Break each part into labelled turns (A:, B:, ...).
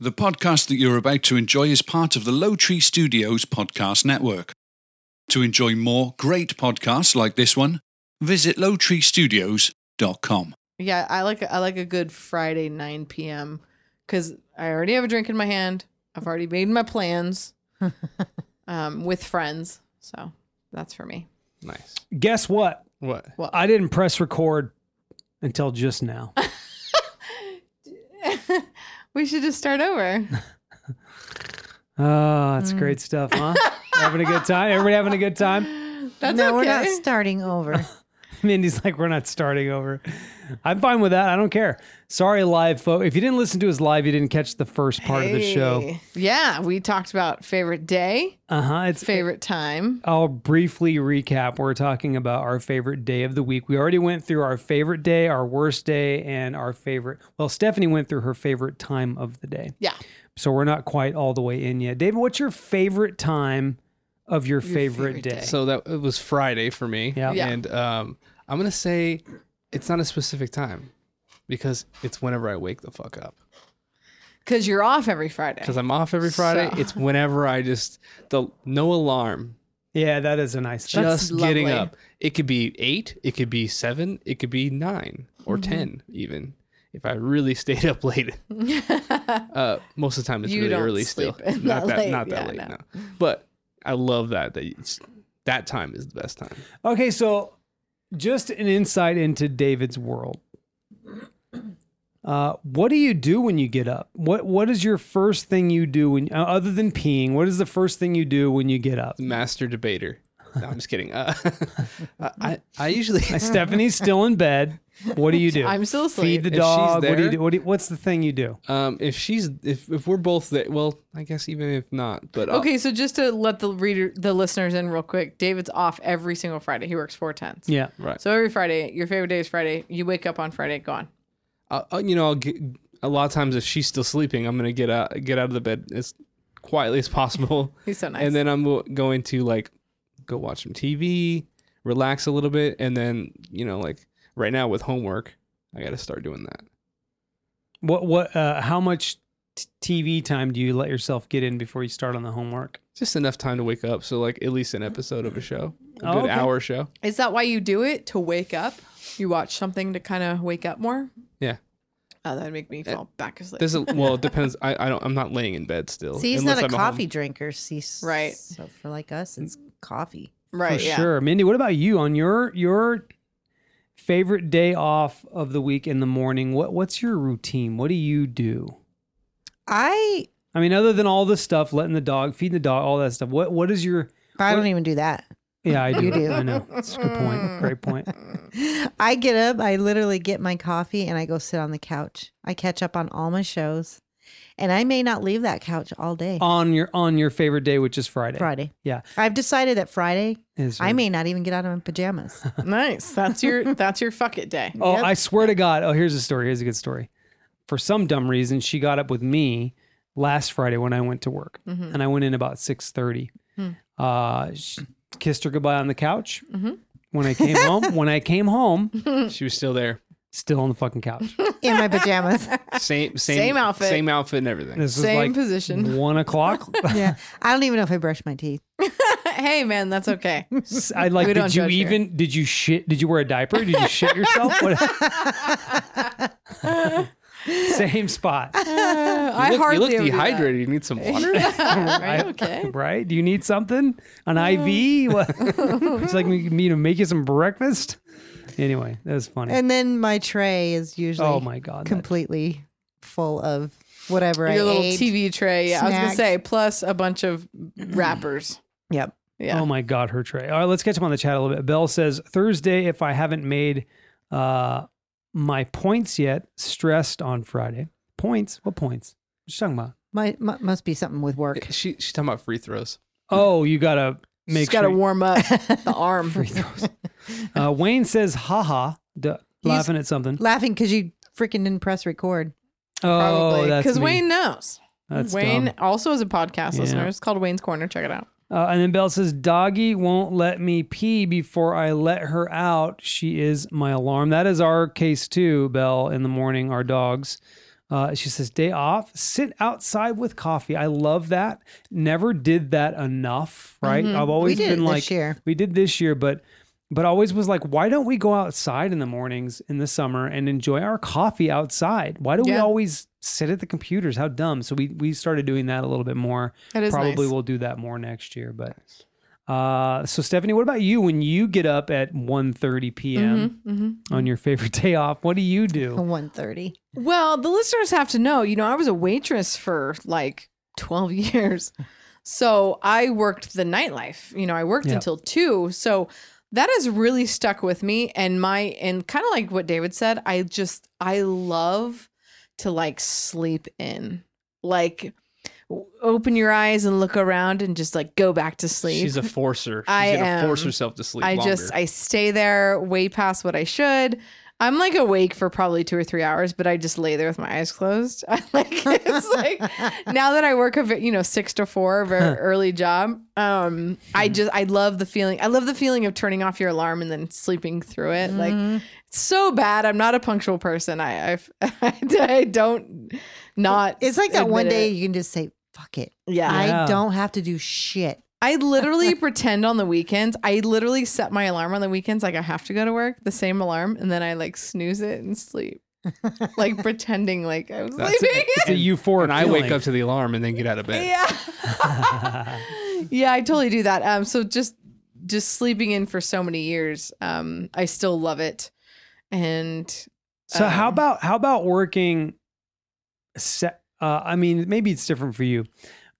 A: The podcast that you're about to enjoy is part of the Low Tree Studios podcast network. To enjoy more great podcasts like this one, visit lowtreestudios.com.
B: Yeah, I like I like a good Friday 9 p.m. because I already have a drink in my hand. I've already made my plans um, with friends, so that's for me.
C: Nice.
D: Guess what?
C: What?
B: Well,
D: I didn't press record until just now.
B: we should just start over.
D: Oh, that's great stuff, huh? having a good time. Everybody having a good time.
B: That's
E: no,
B: okay.
E: we're not starting over.
D: Mindy's like, we're not starting over. I'm fine with that. I don't care. Sorry, live folks. If you didn't listen to his live, you didn't catch the first part of the show.
B: Hey. Yeah, we talked about favorite day,
D: Uh huh. It's
B: favorite time.
D: I'll briefly recap. We're talking about our favorite day of the week. We already went through our favorite day, our worst day, and our favorite. Well, Stephanie went through her favorite time of the day.
B: Yeah.
D: So we're not quite all the way in yet. David, what's your favorite time of your, favorite,
B: favorite
D: day?
B: day.
C: So that it was Friday for me.
D: Yeah.
B: Yeah.
C: And um, I'm gonna say it's not a specific time because it's whenever I wake the fuck up.
B: Because you're off every Friday.
C: Because I'm off every Friday.
B: So-
C: It's whenever I just the no alarm.
D: Yeah, that is a nice thing.
B: That's
C: Just getting
B: lovely.
C: up. It could be eight, it could be seven, it could be nine or
B: Mm-hmm.
C: ten even. If I really stayed up late. Uh, most of the time it's
B: You
C: really
B: don't
C: early
B: sleep
C: still.
B: that
C: Not that
B: late.
C: not that
B: Yeah,
C: late,
B: no.
C: no. But I love that that it's, that time is the best time.
D: Okay, so just an insight into David's world. Uh, what do you do when you get up? What What is your first thing you do when, uh, other than peeing? What is the first thing you do when you get up?
C: master debater. No, I'm just kidding. Uh, I, I I usually
D: Stephanie's still in bed. What do you do?
B: I'm still asleep.
D: Feed the
C: If she's
D: dog. What do you
C: there-
D: do? What do you, what's the thing you do?
C: um if she's if if we're both there, well, I guess even if not, but uh, I'll-
B: Okay, so just to let the reader, the listeners in real quick, David's off every single Friday. He works four tens.
D: Yeah.
C: right.
B: So every Friday, your favorite day is Friday. You wake up on Friday, go on.
C: I'll, I'll- uh, you know, I'll get, a lot of times if she's still sleeping, I'm gonna get out get out of the bed as quietly as possible,
B: He's so nice.
C: and then I'm go- going to like go watch some TV, relax a little bit, and then you know, like right now with homework, I got to start doing that.
D: What What? Uh, how much t- TV time do you let yourself get in before you start on the homework?
C: Just enough time to wake up, so like at least an episode of a show, a
D: Oh,
C: good
D: okay.
C: hour show.
B: is that why you do it? To wake up? You watch something to kind of wake up more?
C: Yeah.
B: Oh, that'd make me fall back asleep.
C: There's a well, it depends. I, I don't. I'm not laying in bed still.
E: See, he's
C: Oh, unless
E: not a
C: I'm at home.
E: coffee drinker. See, s-
B: Right.
E: So for like us, it's coffee.
B: right,
D: For
B: yeah.
D: sure. Mindy, what about you on your your favorite day off of the week in the morning? What what's your routine? What do you do?
E: I
D: I mean, other than all the stuff, letting the dog, feeding the dog, all that stuff. What what is your
E: I
D: What-
E: don't even do that.
D: Yeah, I do.
E: You do.
D: I know. It's a good point. Great point.
B: Mm.
E: I get up, I literally get my coffee and I go sit on the couch. I catch up on all my shows. And I may not leave that couch all day.
D: On your on your favorite day, which is Friday.
E: Friday.
D: Yeah.
E: I've decided that Friday
D: Is
E: I
D: your-
E: may not even get out of my pajamas.
B: Nice. That's your that's your fuck it day.
D: Oh,
E: Yep.
D: I swear to God. Oh, here's a story. Here's a good story. For some dumb reason, she got up with me last Friday when I went to work,
B: Mm-hmm.
D: and I went in about six thirty.
B: Hmm.
D: Uh, sh kissed her goodbye on the couch.
B: Mm-hmm.
D: When I came home, when I came home,
C: She was still there.
D: still on the fucking couch.
E: In my pajamas.
C: Same, same,
B: Same outfit.
C: same outfit, and everything.
D: This was
B: Same
D: like
B: position.
D: One o'clock.
E: yeah. I don't even know if I brush my teeth.
B: hey man, that's okay.
D: I like.
B: We don't
D: Did you
B: judge here.
D: even? Did you shit? Did you wear a diaper? Did you shit yourself? What- Same spot.
B: Uh, I
C: you look, you
B: hardly
C: look
B: ever do that.
C: dehydrated. You need some water.
B: Are you
D: Right?
B: okay?
D: right? Do you need something? An IV? What? it's like me, me to make you some breakfast. Anyway, that was funny.
E: And then my tray is usually
D: oh my god, that-
E: completely full of whatever I
B: Your little
E: ate.
B: TV tray. Yeah, I was gonna
E: snacks.
B: say, plus a bunch of wrappers.
E: Yep.
B: Yeah.
D: Oh my god, her tray. All right, let's catch up on the chat a little bit. Bell says Thursday. If I haven't made uh, my points yet, stressed on Friday. Points? What points? What you talking about?
E: My, mu- must be something with work.
C: she, she's talking about free throws.
D: Oh, you gotta make
B: Just gotta
D: sure. you-
B: warm up the arm.
D: free throws. uh, Wayne says, haha, duh, laughing at something.
E: Laughing because you freaking didn't press record.
D: Oh,
B: probably
D: that's
B: because
D: me.
B: Wayne knows.
D: That's
B: Wayne
D: dumb.
B: also is a podcast
D: Yeah.
B: listener. It's called Wayne's Corner. Check it out.
D: Uh, and then Belle says, Doggy won't let me pee before I let her out. She is my alarm. That is our case too, Belle, in the morning, our dogs. Uh, she says, day off, sit outside with coffee. I love that. Never did that enough, right? I've always
E: Mm-hmm. did it
D: been
E: this
D: like,
E: year.
D: we did this year, but but always was like, why don't we go outside in the mornings in the summer and enjoy our coffee outside? Why do we
B: Yeah.
D: always sit at the computers? How dumb. So we we started doing that a little bit more.
B: That is
D: Probably
B: nice.
D: we'll do that more next year, but uh, so Stephanie, what about you when you get up at 1.30 p.m.
B: Mm-hmm.
D: on your favorite day off? What do you do?
E: One thirty.
B: Well, the listeners have to know, you know, I was a waitress for like 12 years. So I worked the nightlife. You know, I worked
D: Yeah.
B: until two. So that has really stuck with me. And my, and kind of like what David said, I just, I love to like sleep in. Like, w- open your eyes and look around and just like go back to sleep.
C: She's a forcer. She's
B: I
C: gonna force
B: am.
C: herself to sleep.
B: I
C: longer.
B: just I stay there way past what I should. I'm like awake for probably two or three hours, but I just lay there with my eyes closed. I like it's like now that I work a ve- you know six to four very early job. Um,
E: Hmm.
B: I just I love the feeling. I love the feeling of turning off your alarm and then sleeping through it. Like
E: Mm-hmm.
B: it's so bad. I'm not a punctual person. I I've, I don't not.
E: It's like that one
B: admit
E: day
B: it.
E: you can just say, "Fuck it,
B: Yeah,
E: I
D: Yeah.
E: don't have to do shit."
B: I literally pretend on the weekends. I literally set my alarm on the weekends, like I have to go to work, the same alarm, and then I like snooze it and sleep, like pretending like I was
C: That's
B: sleeping.
D: It's a euphoric
C: and I wake
D: feeling.
C: up to the alarm and then get out of bed.
B: yeah, yeah, I totally do that. Um, so just just sleeping in for so many years, um, I still love it, and
D: So how
B: Um,
D: about how about working? Set. Uh, I mean, maybe it's different for you,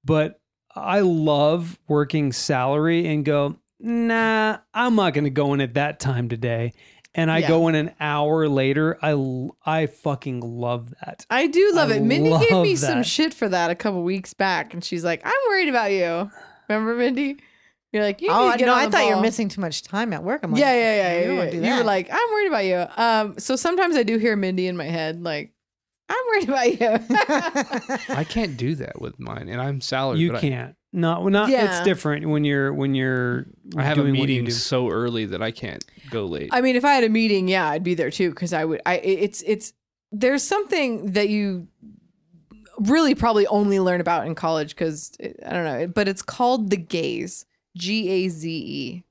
D: but I love working salary and go. Nah, I'm not going to go in at that time today, and I
B: Yeah.
D: go in an hour later. I l- I fucking love that.
B: I do love
D: I
B: it. Mindy gave me
D: love
B: some
D: that.
B: shit for that a couple weeks back, and she's like, "I'm worried about you." Remember, Mindy? You're like, "You need
E: Oh
B: to get
E: no,
B: on
E: I
B: the
E: thought you were
B: ball."
E: missing too much time at work. I'm like,
B: yeah, yeah, yeah.
E: you
B: You,
E: don't
B: yeah,
E: wanna do
B: you were
E: that.
B: like, I'm worried about you. Um, so sometimes I do hear Mindy in my head, like, I'm worried about you.
C: I can't do that with mine, and I'm salaried.
D: You
C: but I-
D: can't. No, well, not.
B: Yeah.
D: It's different when you're when you're.
C: I, have a
D: doing what you
C: meeting
D: do.
C: so early that I can't go late.
B: I mean, if I had a meeting, yeah, I'd be there too because I would. I it- it's it's there's something that you really probably only learn about in college because I don't know, but it's called the gaze, G A Z E,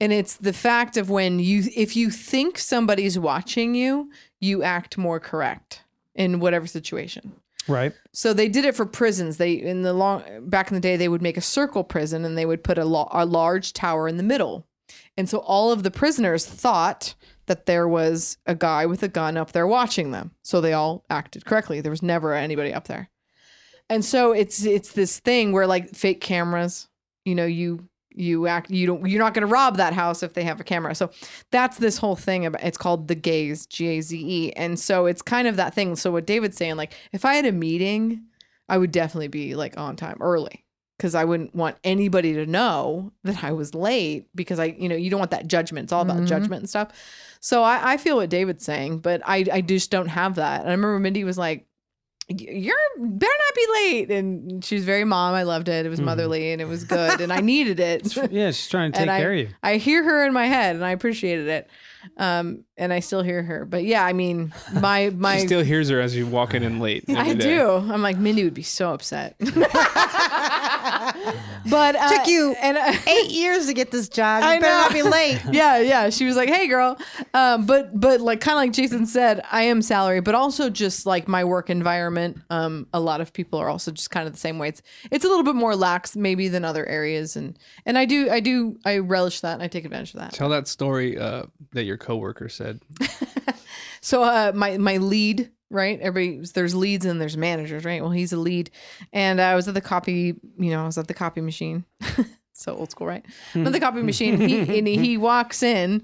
B: and it's the fact of when you if you think somebody's watching you, you act more correct in whatever situation.
D: right.
B: So they did it for prisons. They in the long back in the day they would make a circle prison and they would put a, lo- a large tower in the middle. And so all of the prisoners thought that there was a guy with a gun up there watching them. So they all acted correctly. There was never anybody up there. And so it's it's this thing where like fake cameras, you know, you you act you don't you're not going to rob that house if they have a camera. So that's this whole thing about it's called the gaze g-a-z-e E. and so it's kind of that thing so what david's saying like if i had a meeting i would definitely be like on time early because i wouldn't want anybody to know that i was late because i you know you don't want that judgment it's all about
E: Mhm.
B: judgment and stuff so I, I feel what david's saying but i i just don't have that and i remember mindy was like "Y- you're better not be late and she's very mom i loved it it was
D: Mhm.
B: motherly and it was good and i needed it
D: Yeah, she's trying to
B: And
D: take
B: I-
D: care of you.
B: I hear her in my head, and I appreciated it. Um, and I still hear her. But yeah, I mean, my my,
C: she still hears her as you walk in and late.
B: I
C: every day.
B: do. I'm like Mindy would be so upset. but uh,
E: Took you
B: and uh,
E: Eight years to get this job. You
B: I
E: better
B: know.
E: not be late.
B: yeah, yeah. She was like, "Hey, girl," um, but but like kind of like Jason said, I am salary, but also just like my work environment. Um, a lot of people are also just kind of the same way. It's it's a little bit more lax maybe than other areas, and and I do I do I relish that and I take advantage of that.
C: Tell that story uh, that your coworker said.
B: So uh, my my lead, right? Everybody, there's leads and there's managers, right? Well, he's a lead, and I was at the copy, you know, I was at the copy machine. so old school, right? I'm at the copy machine, he, and he walks in,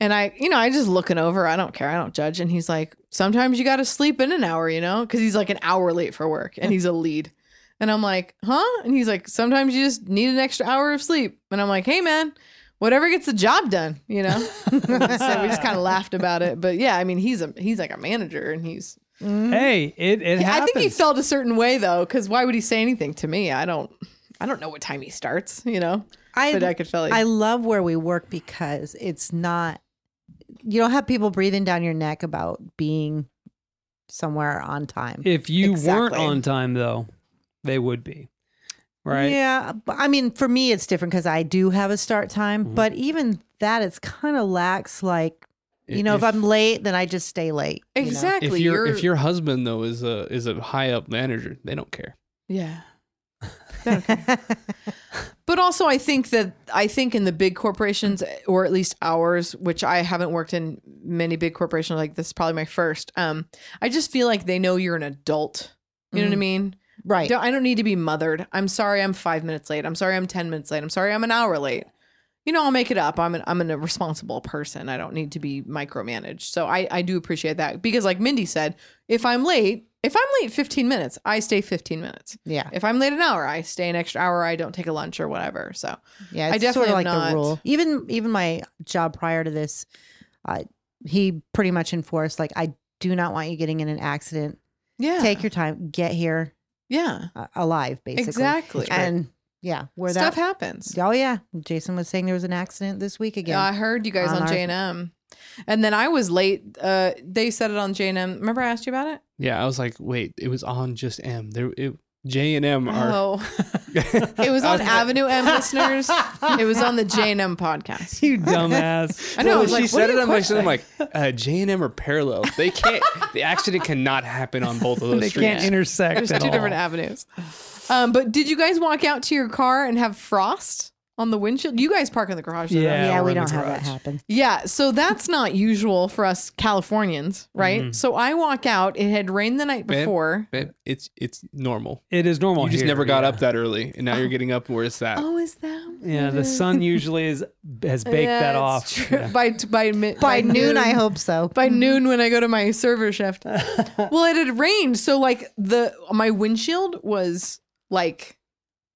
B: and I, you know, I just looking over. I don't care. I don't judge. And he's like, sometimes you got to sleep in an hour, you know, because he's like an hour late for work, and he's a lead. And I'm like, huh? And he's like, sometimes you just need an extra hour of sleep. And I'm like, hey, man, whatever gets the job done, you know. so we just kind of laughed about it. But yeah, I mean, he's a he's like a manager, and he's.
E: Mm-hmm.
D: Hey, it it
B: I
D: happens.
B: think he felt a certain way though, because why would he say anything to me? I don't. I don't know what time he starts, you know.
E: I,
B: But I could feel it.
E: I love where we work because it's not you don't have people breathing down your neck about being somewhere on time.
D: If you weren't
E: Exactly.
D: on time, though, they would be. Right?
E: Yeah. but I mean, for me, it's different because I do have a start time,
D: Mhm.
E: but even that, it's kind of lax. Like, you know, if, I'm late, then I just stay late. you know?
B: Exactly.
C: if your if your husband though is a is a high up manager, they don't care.
B: yeah. But also, I think that I think in the big corporations, or at least ours, which I haven't worked in many big corporations, like this is probably my first. Um, I just feel like they know you're an adult. You know what I
E: Mhm.
B: mean?
E: right.
B: Don't- I don't need to be mothered. I'm sorry, I'm five minutes late. I'm sorry, I'm ten minutes late. I'm sorry, I'm an hour late. You know, I'll make it up. I'm an I'm an, a responsible person. I don't need to be micromanaged. So I I do appreciate that because, like Mindy said, if I'm late, if I'm late 15 minutes, I stay 15 minutes.
E: Yeah.
B: If I'm late an hour, I stay an extra hour. I don't take a lunch or whatever. So
E: Yeah.
B: I
E: It's
B: definitely
E: sort of
B: am
E: like
B: not-
E: the rule. Even, even my job prior to this, uh, he pretty much enforced, like, I do not want you getting in an accident.
B: yeah,
E: Take your time, get here
B: yeah,
E: uh, alive, basically.
B: exactly.
E: And yeah, where
B: stuff
E: that.
B: happens.
E: Oh, yeah. Jason was saying there was an accident this week again.
B: Yeah, I heard you guys
E: On
B: on
E: our-
B: J and M, and then I was late. Uh, they said it on J and M. Remember I asked you about it?
C: Yeah, I was like, wait, it was on just M. There, it, J and M are.
B: Oh, it was on Avenue M listeners. It was on the J and M podcast.
D: You dumbass.
B: I know. I was
C: When
B: like,
C: she
B: what
C: said
B: do
C: it.
B: you
C: I'm like,
B: question?
C: I'm like, uh, J and M are parallel. They can't. the accident cannot happen on both of those
D: they
C: streets.
D: can't intersect
B: There's
D: at
B: two
D: all.
B: different avenues. Um, but did you guys walk out to your car and have frost on the windshield? You guys park in the garage. though,
D: Yeah.
B: don't you?
E: yeah,
D: we're
E: we
D: in the
E: don't have that
D: garage.
E: happen.
B: Yeah, so that's not usual for us Californians, right?
D: Mm-hmm.
B: So I walk out. It had rained the night
C: Babe.
B: before.
C: Babe, it's it's normal.
D: It is normal.
C: You just
D: Oh, here,
C: never got
D: yeah.
C: up that early, and now you're getting up. Where is that?
B: Oh, is that?
D: Yeah, the sun usually is has baked
B: Yeah,
D: that
B: it's
D: off.
B: true.
D: Yeah.
B: By by mi-
E: By noon, I hope Mm-hmm. so.
B: by noon when I go to my server shift. well, it had rained, so like the my windshield was like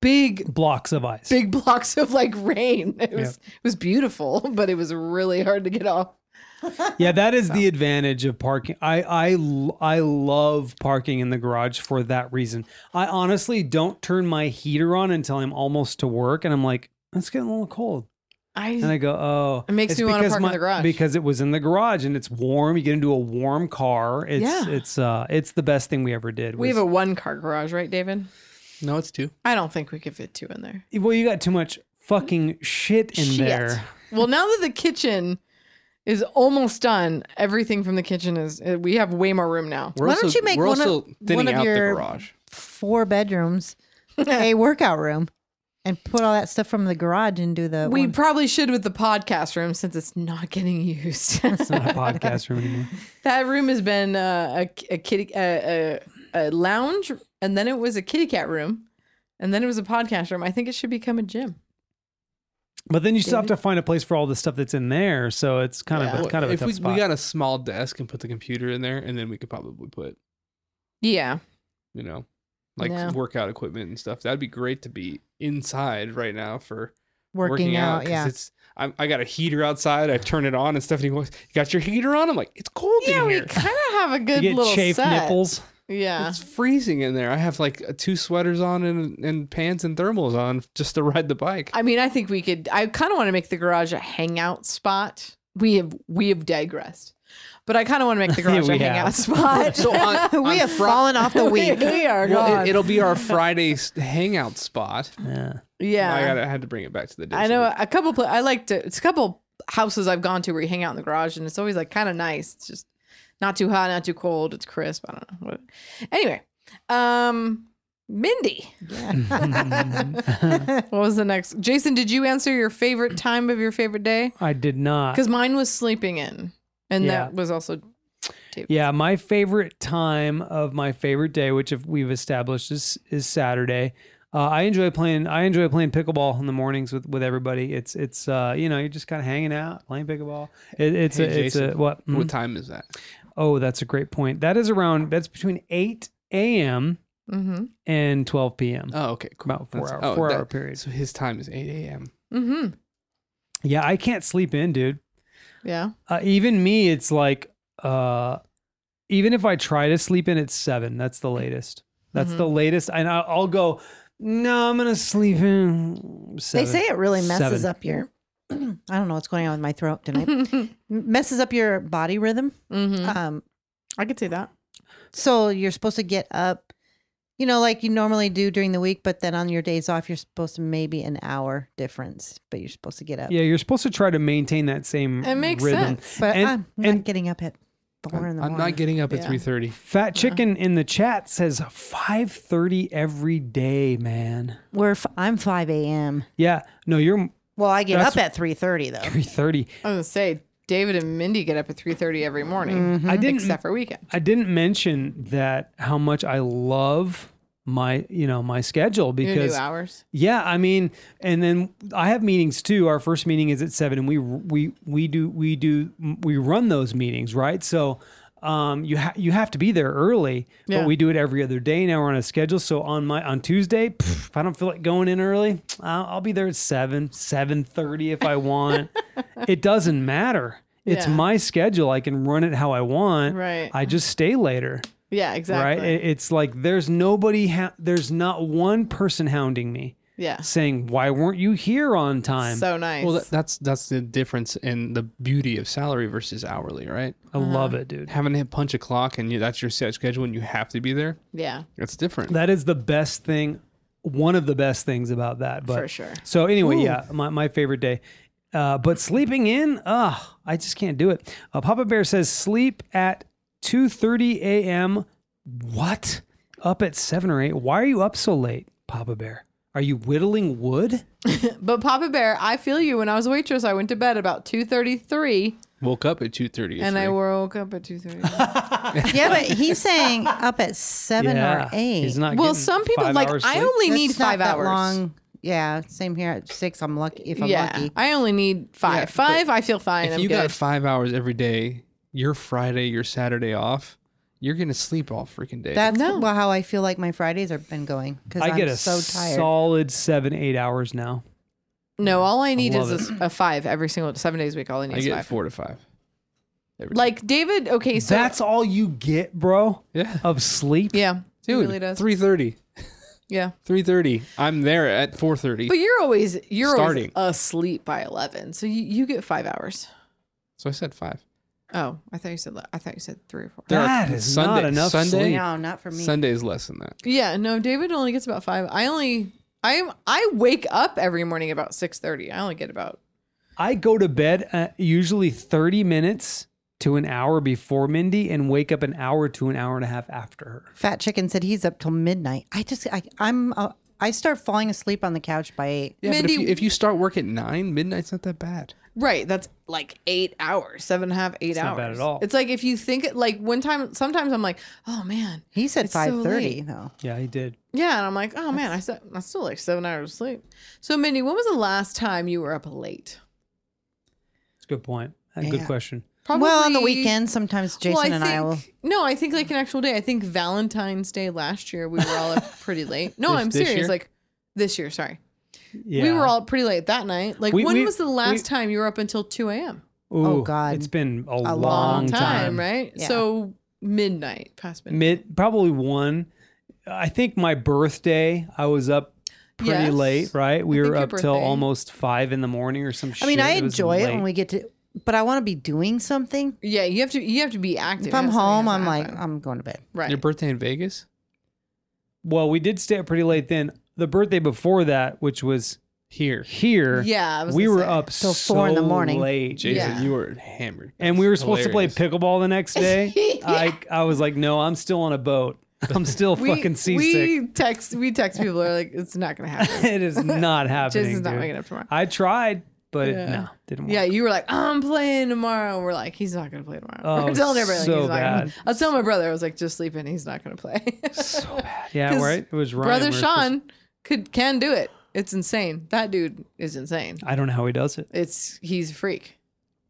B: big
D: Blocks of ice.
B: big blocks of like rain. It was it was beautiful, but it was really hard to get off.
D: Yeah, that is the advantage of parking. I I l- I love parking in the garage for that reason. I honestly don't turn my heater on until I'm almost to work, and I'm like, it's getting a little cold, and
B: I
D: I go, oh,
B: It makes
D: It's
B: me wanna
D: because
B: park in the garage.
D: because it was in the garage and it's warm. You get into a warm car. It's
B: Yeah.
D: it's uh it's the best thing we ever did.
B: we
D: was-
B: have a one car garage, right, David?
C: No, it's two.
B: I don't think we could fit two in there.
D: well, you got too much fucking shit in
B: Shit.
D: there.
B: Well, now that the kitchen is almost done, everything from the kitchen is uh, we have way more room now.
C: We're
E: Why don't
C: also-
E: you make
C: we're
E: one of-
C: also thinning
E: one of
C: out
E: your-
C: the garage?
E: four bedrooms, a workout room, and put all that stuff from the garage into the.
B: We
E: one-
B: probably should with the podcast room since it's not getting used.
D: It's not a podcast room anymore.
B: that room has been uh, a, a kitty a, a, a lounge, and then it was a kitty cat room, and then it was a podcast room. I think it should become a gym.
D: But then you still have to find a place for all the stuff that's in there. So it's kind
B: Yeah.
D: of a, kind of a
C: if
D: tough
C: we,
D: spot.
C: we got a small desk and put the computer in there, and then we could probably put
B: Yeah,
C: you know, like
B: No.
C: workout equipment and stuff. That'd be great to be inside right now for
E: working, out.
C: 'cause
E: yeah.
C: it's I, I got a heater outside. I turn it on, and Stephanie goes, "You got your heater on?" I'm like, "It's cold
B: yeah,
C: in
B: we
C: here.
B: kind of have a good
D: you get
B: little
D: chafed
B: set.
D: nipples.
B: Yeah,
C: It's freezing in there. I have like uh, two sweaters on and and pants and thermals on just to ride the bike.
B: I mean, I think we could. I kind of want to make the garage a hangout spot. We have we have digressed, but I kind of want to make the garage
D: we
B: a hangout
D: have.
B: spot.
C: So on,
E: we
C: on
E: have
C: Fri-
E: fallen off the
B: we,
E: week.
B: we are
C: Well,
B: gone.
C: it, will be our Friday s- hangout spot.
D: Yeah.
B: yeah,
C: I, gotta, I had to bring it back to the.
B: I know a couple. Pla- I like to. It's a couple houses I've gone to where you hang out in the garage, and it's always like kind of nice. It's just not too hot, not too cold. It's crisp. I don't know. What- Anyway, um, Mindy, what was the next? Jason, did you answer your favorite time of your favorite day?
D: I did not.
B: Because mine was sleeping in, and
D: Yeah.
B: that was also
D: Yeah, my favorite time of my favorite day, which if we've established is is Saturday. Uh, I enjoy playing. I enjoy playing pickleball in the mornings with, with everybody. It's it's uh, you know you're just kind of hanging out playing pickleball. It, it's
C: Hey,
D: a it's a
C: Jason,
D: what?
C: What
D: Mm.
C: time is that?
D: Oh, that's a great point. That is around. That's between eight a.m.
B: Mm-hmm.
D: and twelve p.m.
C: Oh, okay, cool.
D: About four
C: That's-
D: hour-
C: oh,
D: four
C: that-
D: hour period.
C: So his time is eight a.m.
B: Mm-hmm.
D: Yeah, I can't sleep in, dude.
B: Yeah.
D: Uh, even me, it's like uh, even if I try to sleep in, it's seven. That's the latest. That's
B: Mm-hmm.
D: the latest, and I'll, I'll go. No, I'm gonna sleep in.
E: they
D: Seven.
E: say it really messes
D: Seven.
E: up your. Mm-hmm. I don't know what's going on with my throat tonight. M- messes up your body rhythm.
B: Mm-hmm.
E: Um,
B: I could see that.
E: So you're supposed to get up, you know, like you normally do during the week, but then on your days off, you're supposed to maybe an hour difference, but you're supposed to get up.
D: Yeah, you're supposed to try to maintain that same
B: It makes
D: rhythm.
B: sense.
E: But
D: And-
E: I'm
D: and-
E: not getting up at 4 in the
C: I'm
E: morning.
C: not getting up at
B: Yeah.
C: 3:30.
B: Uh.
D: Fat Chicken in the chat says 5:30 every day, man.
E: We're f- I'm 5 a.m.
D: Yeah. No, you're
E: Well, I get
D: That's-
E: up at 3.30 though.
D: 3:30.
B: I was gonna say David and Mindy get up at three thirty every morning,
D: I didn't
B: except for weekend.
D: I didn't mention that how much I love my, you know, my schedule
B: Your new
D: because
B: hours.
D: Yeah, I mean, and then I have meetings too. Our first meeting is at seven, and we we we do we do we run those meetings right. So um, you ha- you have to be there early,
B: Yeah.
D: but we do it every other day. Now we're on a schedule. So on my on Tuesday, pff, if I don't feel like going in early, I'll, I'll be there at seven seven thirty if I want. it doesn't matter. It's
B: Yeah.
D: my schedule. I can run it how I want.
B: Right.
D: I just stay later.
B: Yeah, exactly.
D: Right. It- it's like there's nobody. Ha- there's not one person hounding me
B: yeah.
D: saying, "Why weren't you here on time?"
B: So nice.
C: Well, that, that's that's the difference in the beauty of salary versus hourly, right?
B: uh-huh.
D: I love it, dude.
C: Having to punch a clock and you, that's your set schedule and you have to be there.
B: yeah,
C: That's different.
D: That is the best thing. One of the best things about that. But
B: for sure.
D: so anyway, yeah, my, my favorite day. Uh, but sleeping in, ugh, I just can't do it. Uh, Papa Bear says sleep at two thirty a.m. What? Up at seven or eight? Why are you up so late, Papa Bear? Are you whittling wood?
B: But Papa Bear, I feel you. When I was a waitress, I went to bed about two thirty three,
C: Woke up at 2:30.
B: and I
C: woke
B: woke up at two thirty.
E: yeah, but he's saying up at 7 or 8.
D: He's not.
B: well,
D: getting
B: some people
D: five
B: like
D: hours
B: I
D: sleep.
B: only
E: That's
B: need
E: not
B: five
E: that
B: hours.
E: Long. Yeah, same here at 6 I'm lucky if I'm
B: yeah,
E: lucky.
B: I only need five.
C: Yeah, but
B: five, I feel fine.
C: If
B: I'm
C: you
B: good.
C: got 5 hours every day, your Friday, your Saturday off, you're going to sleep all freaking day.
E: That's well, how I feel like my Fridays have been going because
D: I
E: I'm
D: get a
E: so tired.
D: solid seven, eight hours now.
B: no, all I need
D: love
B: is a s- a, five every single seven days a week. All I need
C: I
B: is
C: get
B: five.
C: 4 to 5. every day.
B: Like David. Okay, so
D: That's all you get, bro,
C: Yeah.
D: of sleep.
B: yeah, he
C: Dude,
B: really does.
C: 3:30.
B: Yeah,
C: 3:30. I'm there at 4:30.
B: but you're always you're
C: Starting.
B: always asleep by eleven, so you, you get five hours.
C: So I said 5.
B: Oh, I thought you said le- I thought you said three or four.
C: There are-
D: That is not enough
C: Sunday,
D: sleep.
E: No, not for me.
C: Sunday is less than that.
B: Yeah, no, David only gets about five. I only I I wake up every morning about six thirty. I only get about
D: I go to bed uh, usually 30 minutes to an hour before Mindy and wake up an hour to an hour and a half after her.
E: Fat Chicken said he's up till midnight. I just, I, I'm, uh, I start falling asleep on the couch by eight.
C: Yeah, but if
B: Mindy-
C: you, if you start work at 9, midnight's not that bad.
B: Right. That's like eight hours, seven and a half, eight
D: not
B: hours.
D: bad at all.
B: It's like if you think it like one time sometimes I'm like, oh man.
E: He said
B: It's so
E: five thirty
B: late.
E: though.
D: Yeah, he did.
B: Yeah, and I'm like, oh man, I said I still like seven hours of sleep. So Mindy, when was the last time you were up late?
D: That's a good point. A
E: Yeah.
D: Good question.
E: Well, on the weekend, sometimes Jason
B: well, I
E: and
B: think,
E: I will.
B: No, I think like an actual day. I think Valentine's Day last year we were all up pretty late. No,
C: This-
B: I'm
C: this
B: serious.
C: year?
B: Like this year, sorry.
D: Yeah.
B: We were all up pretty late that night. Like
D: We-
B: when
D: we-
B: was the last
D: we-
B: time you were up until two a.m.
E: Oh,
D: Ooh,
E: God.
D: It's been a, long,
E: long
D: time,
B: time, right?
E: Yeah.
B: So midnight, past midnight.
D: Mid, probably one. I think my birthday, I was up pretty
B: Yes.
D: late, right? We
B: I think
D: were
B: your
D: up till
B: birthday.
D: almost five in the morning or some shit.
E: I mean, I
D: It was
E: enjoy it when
D: late.
E: we get to, but I want to be doing something.
B: Yeah, you have to you have to be active.
E: If I'm
B: That's something
E: home,
B: that's
E: I'm like,
B: happened.
E: I'm going to bed.
B: right.
C: Your birthday in Vegas?
D: Well, we did stay up pretty late then. The birthday before that, which was
C: Here.
D: here,
B: Yeah, I was
D: we
B: gonna
D: were
B: say.
D: up
E: Till
D: so
E: four in the morning.
D: late,
C: Jason,
B: Yeah.
C: you were hammered.
D: and we were supposed
C: Hilarious.
D: to play pickleball the next day. I I was like, no, I'm still on a boat. I'm still fucking seasick.
B: We text we text people are like, it's not gonna happen.
D: it is not happening.
B: Jason's not
D: dude.
B: waking up tomorrow.
D: I tried, but it,
B: Yeah.
D: no, didn't work.
B: yeah, you were like, I'm playing tomorrow. And we're like, he's not gonna play tomorrow.
D: Oh,
B: I'm telling everybody,
D: so
B: like, he's not
D: bad.
B: Gonna, I was telling my brother, I was like, just sleep in. He's not gonna play.
D: so bad. Yeah,
B: 'Cause
D: right. It was Ryan.
B: brother
D: we were supposed-
B: Sean could can do it. It's insane. That dude is insane.
D: I don't know how he does it.
B: It's he's a freak.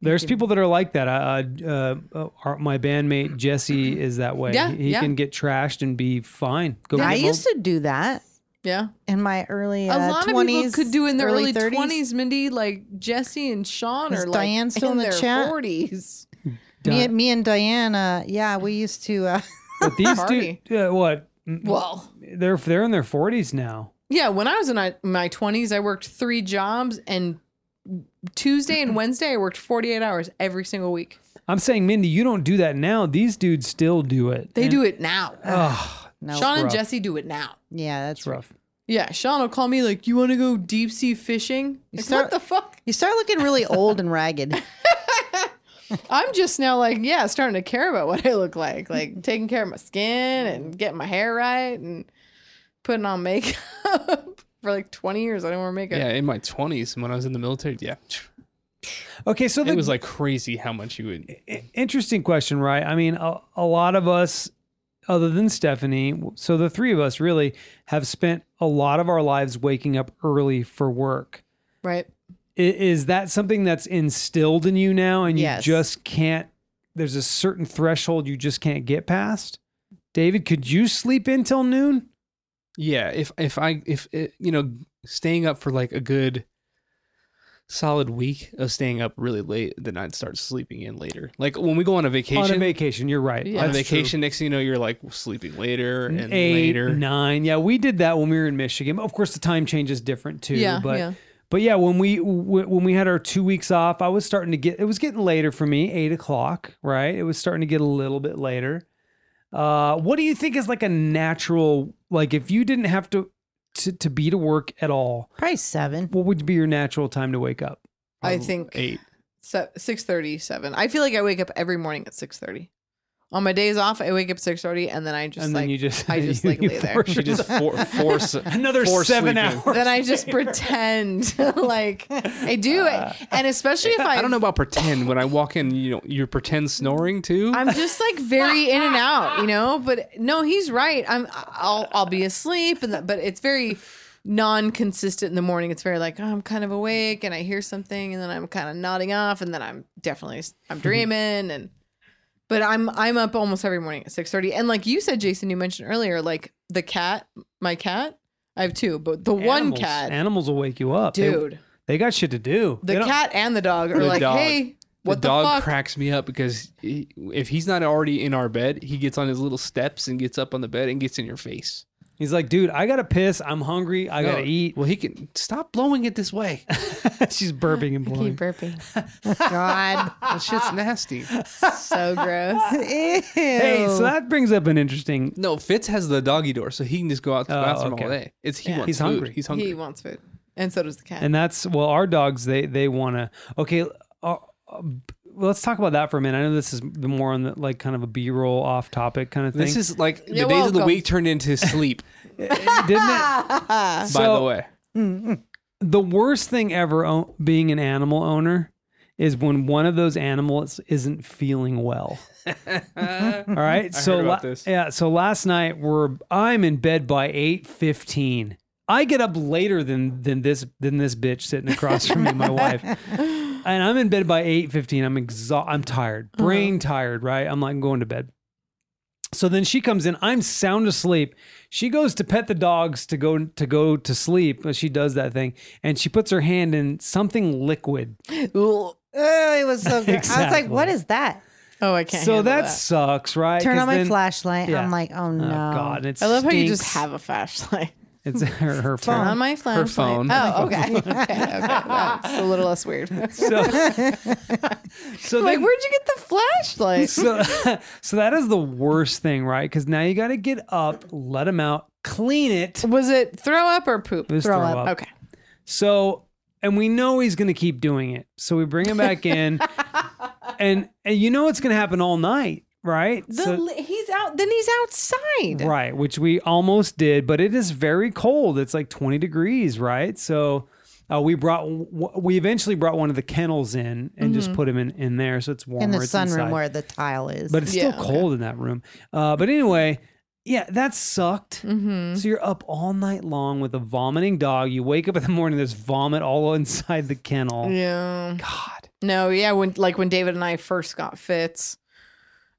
D: There's people that are like that. I, I, uh, uh, our, my bandmate Jesse is that way.
B: Yeah,
D: he he
B: yeah.
D: can get trashed and be fine. Go
E: I
D: get
E: used to do that
B: Yeah.
E: in my early uh,
B: a lot
E: 20s.
B: of people could do in their early
E: 30s.
B: twenties, Mindy, like Jesse and Sean
E: Is
B: are like
E: Diane still in the
B: their
E: chat?
B: forties.
E: Me, me and Diana, yeah, we used to. Uh,
D: But these
B: Party.
D: do uh, what?
B: Well,
D: They're they're in their 40s now.
B: yeah. When I was in my- my twenties, I worked three jobs, and Tuesday and Wednesday I worked forty-eight hours every single week.
D: I'm saying, Mindy, you don't do that now. These dudes still do it.
B: They do it now.
D: Oh,
E: No.
B: Sean and
D: rough.
B: Jesse do it now.
E: yeah, that's
D: it's rough.
B: Yeah, Sean will call me like, "You want to go deep sea fishing?" Like,
E: start-
B: what the fuck?
E: You start looking really old and ragged.
B: I'm just now like, yeah, starting to care about what I look like, like taking care of my skin and getting my hair right and putting on makeup. For like 20 years, I didn't wear makeup.
C: Yeah, in my twenties when I was in the military, yeah,
D: Okay, so the,
C: it was like crazy how much you would.
D: I- interesting question, right? I mean, a, a lot of us, other than Stephanie, w- so the three of us really have spent a lot of our lives waking up early for work.
B: Right.
D: I- Is that something that's instilled in you now and
E: Yes.
D: you just can't, there's a certain threshold you just can't get past? David, could you sleep in till noon?
C: Yeah, if if I if it, you know staying up for like a good solid week of staying up really late, then I'd start sleeping in later. Like when we go on a vacation,
D: On a vacation, you're right.
B: Yeah.
C: on a
D: That's
C: vacation, next thing you know, you're like sleeping later
D: true.
C: and
D: Eight,
C: later.
D: nine. Yeah, we did that when we were in Michigan. Of course, the time change is different too.
B: yeah.
D: but
B: yeah.
D: But yeah, when we w- when we had our two weeks off, I was starting to get it was getting later for me, eight o'clock, right? It was starting to get a little bit later. Uh, what do you think is like a natural like if you didn't have to to, to be to work at all,
E: Probably seven.
D: what would be your natural time to wake up?
B: I
C: Probably
B: think
C: eight.
B: se- 637. I feel like I wake up every morning at 630. On my days off, I wake up 630 and then I just
D: and
B: like,
D: then you just
B: I just,
D: you-
B: like,
D: you
B: lay there.
D: force
C: She just
D: yourself-
C: for, force
D: another
C: force
D: seven
C: sleeping.
D: hours.
B: then I just pretend like I do
D: Uh,
B: it. And especially if I,
C: I don't know about pretend. When I walk in, you know, you pretend snoring too.
B: I'm just like very in and out, you know. But no, he's right. I'm I'll I'll be asleep, and the, but it's very non-consistent in the morning. It's very like oh, I'm kind of awake, and I hear something, and then I'm kind of nodding off, and then I'm definitely I'm dreaming, and but I'm I'm up almost every morning at six thirty. And like you said, Jason, you mentioned earlier, like the cat, my cat. I have two, but the one
D: Animals-
B: cat,
D: Animals will wake you up. They-
B: dude,
D: They, got shit to do. They
B: the
D: don't-
B: cat and the dog are
C: The
B: like,
C: dog.
B: hey, what the,
C: the dog
B: fuck?
C: cracks me up because he, if he's not already in our bed, he gets on his little steps and gets up on the bed and gets in your face.
D: He's like, dude, I gotta piss. I'm hungry. I gotta
C: No,
D: eat.
C: Well, he can stop blowing it this way.
D: She's burping and blowing.
B: burping.
E: God.
C: that shit's nasty.
B: So gross.
E: Ew.
D: Hey, so that brings up an interesting
C: No, Fitz has the doggy door, so he can just go out to the
D: Oh,
C: bathroom all
D: okay.
C: day. It's he
B: Yeah.
C: wants
D: He's
C: food.
D: hungry.
C: He's hungry.
B: He wants food, and so does the cat.
D: and that's well our dogs they they want to okay uh, uh, let's talk about that for a minute i know this is the more on the like kind of a b-roll off topic kind of thing
C: this is like the
B: You're
C: days of the
B: welcome.
C: week turned into sleep.
D: Eh, didn't it
E: Mm,
C: by the
D: So-
C: way,
D: the worst thing ever o- being an animal owner is when one of those animals isn't feeling well all right so
C: heard about
D: la-
C: this.
D: yeah so last night we're i'm in bed by 8.15 i get up later than than this than this bitch sitting across from me my wife and i'm in bed by 8.15 i'm exhausted i'm tired brain tired right i'm like going to bed so then she comes in. I'm sound asleep. She goes to pet the dogs to go to go to sleep. She does that thing, and she puts her hand in something liquid.
B: oh,
E: Oh, it was so good. I was like,
D: Exactly.
E: what is that?
B: I can't.
D: so
B: handle
D: that,
B: that.
D: sucks, right?
E: Turn
D: 'Cause
E: on my
D: then-
E: flashlight.
D: yeah.
E: I'm like, oh
D: Oh
E: no.
D: God, it's.
B: I love how you just have a flashlight
D: it's her, her phone.
B: on my flashlight.
C: phone.
B: Oh, okay. okay, okay. That's a little less weird.
D: So, so
B: like,
D: then,
B: where'd you get the flashlight?
D: so, so that is the worst thing, right? Because now you got to get up, let them out, clean it.
B: Was it throw up or poop?
D: was throw up.
B: Okay.
D: So, and we know he's going to keep doing it. So we bring him back in, and and you know it's going to happen all night, right?
B: The,
D: So-
B: li- he's out. Then he's outside.
D: right, which we almost did, but it is very cold. It's like 20 degrees, right? So uh, we brought w- we eventually brought one of the kennels in and just put him in in there, so it's warmer.
E: Mm-hmm. In the
D: it's
E: sunroom
D: inside.
E: where the tile is.
D: but it's still
B: Yeah, okay.
D: cold in that room. Uh, but anyway, yeah, that sucked.
B: Mm-hmm.
D: So you're up all night long with a vomiting dog. You wake up in the morning, there's vomit all inside the kennel.
B: Yeah.
D: God.
B: No. Yeah. When like when David and I first got fits.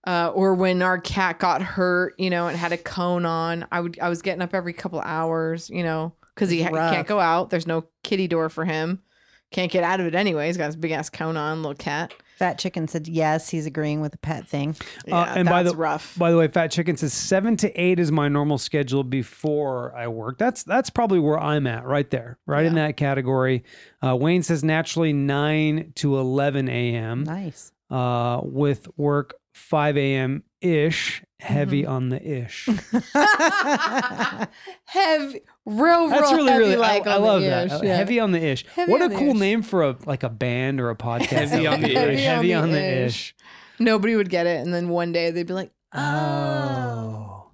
B: Uh, or when our cat got hurt, you know, and had a cone on, I would I was getting up every couple hours, you know, because he ha-
E: rough.
B: can't go out. There's no kitty door for him. Can't get out of it anyway. He's got his big ass cone on, little cat.
E: Fat Chicken said yes, he's agreeing with the pet thing.
B: Yeah,
D: Uh, and by
B: that's
D: the-
B: rough.
D: By the way, Fat Chicken says seven to eight is my normal schedule before I work. That's that's probably where I'm at, right there, right in that category. Uh, Wayne says naturally nine to eleven a.m.
E: Nice.
D: uh, with work 5 a.m. ish, heavy
B: Mm-hmm.
D: on the ish.
E: Oh,
B: heavy, real, real
D: That's really,
B: heavy.
D: really,
B: like
D: I, I
B: on the
D: love that.
B: ish,
D: Uh,
B: yeah.
D: Heavy on the ish.
B: Heavy
D: what a
B: on the
D: cool
B: ish.
D: name for a like a band or a podcast.
C: Heavy on the
D: Heavy
C: ish.
D: Heavy on the ish.
B: Nobody would get it, and then one day they'd be like, "Oh,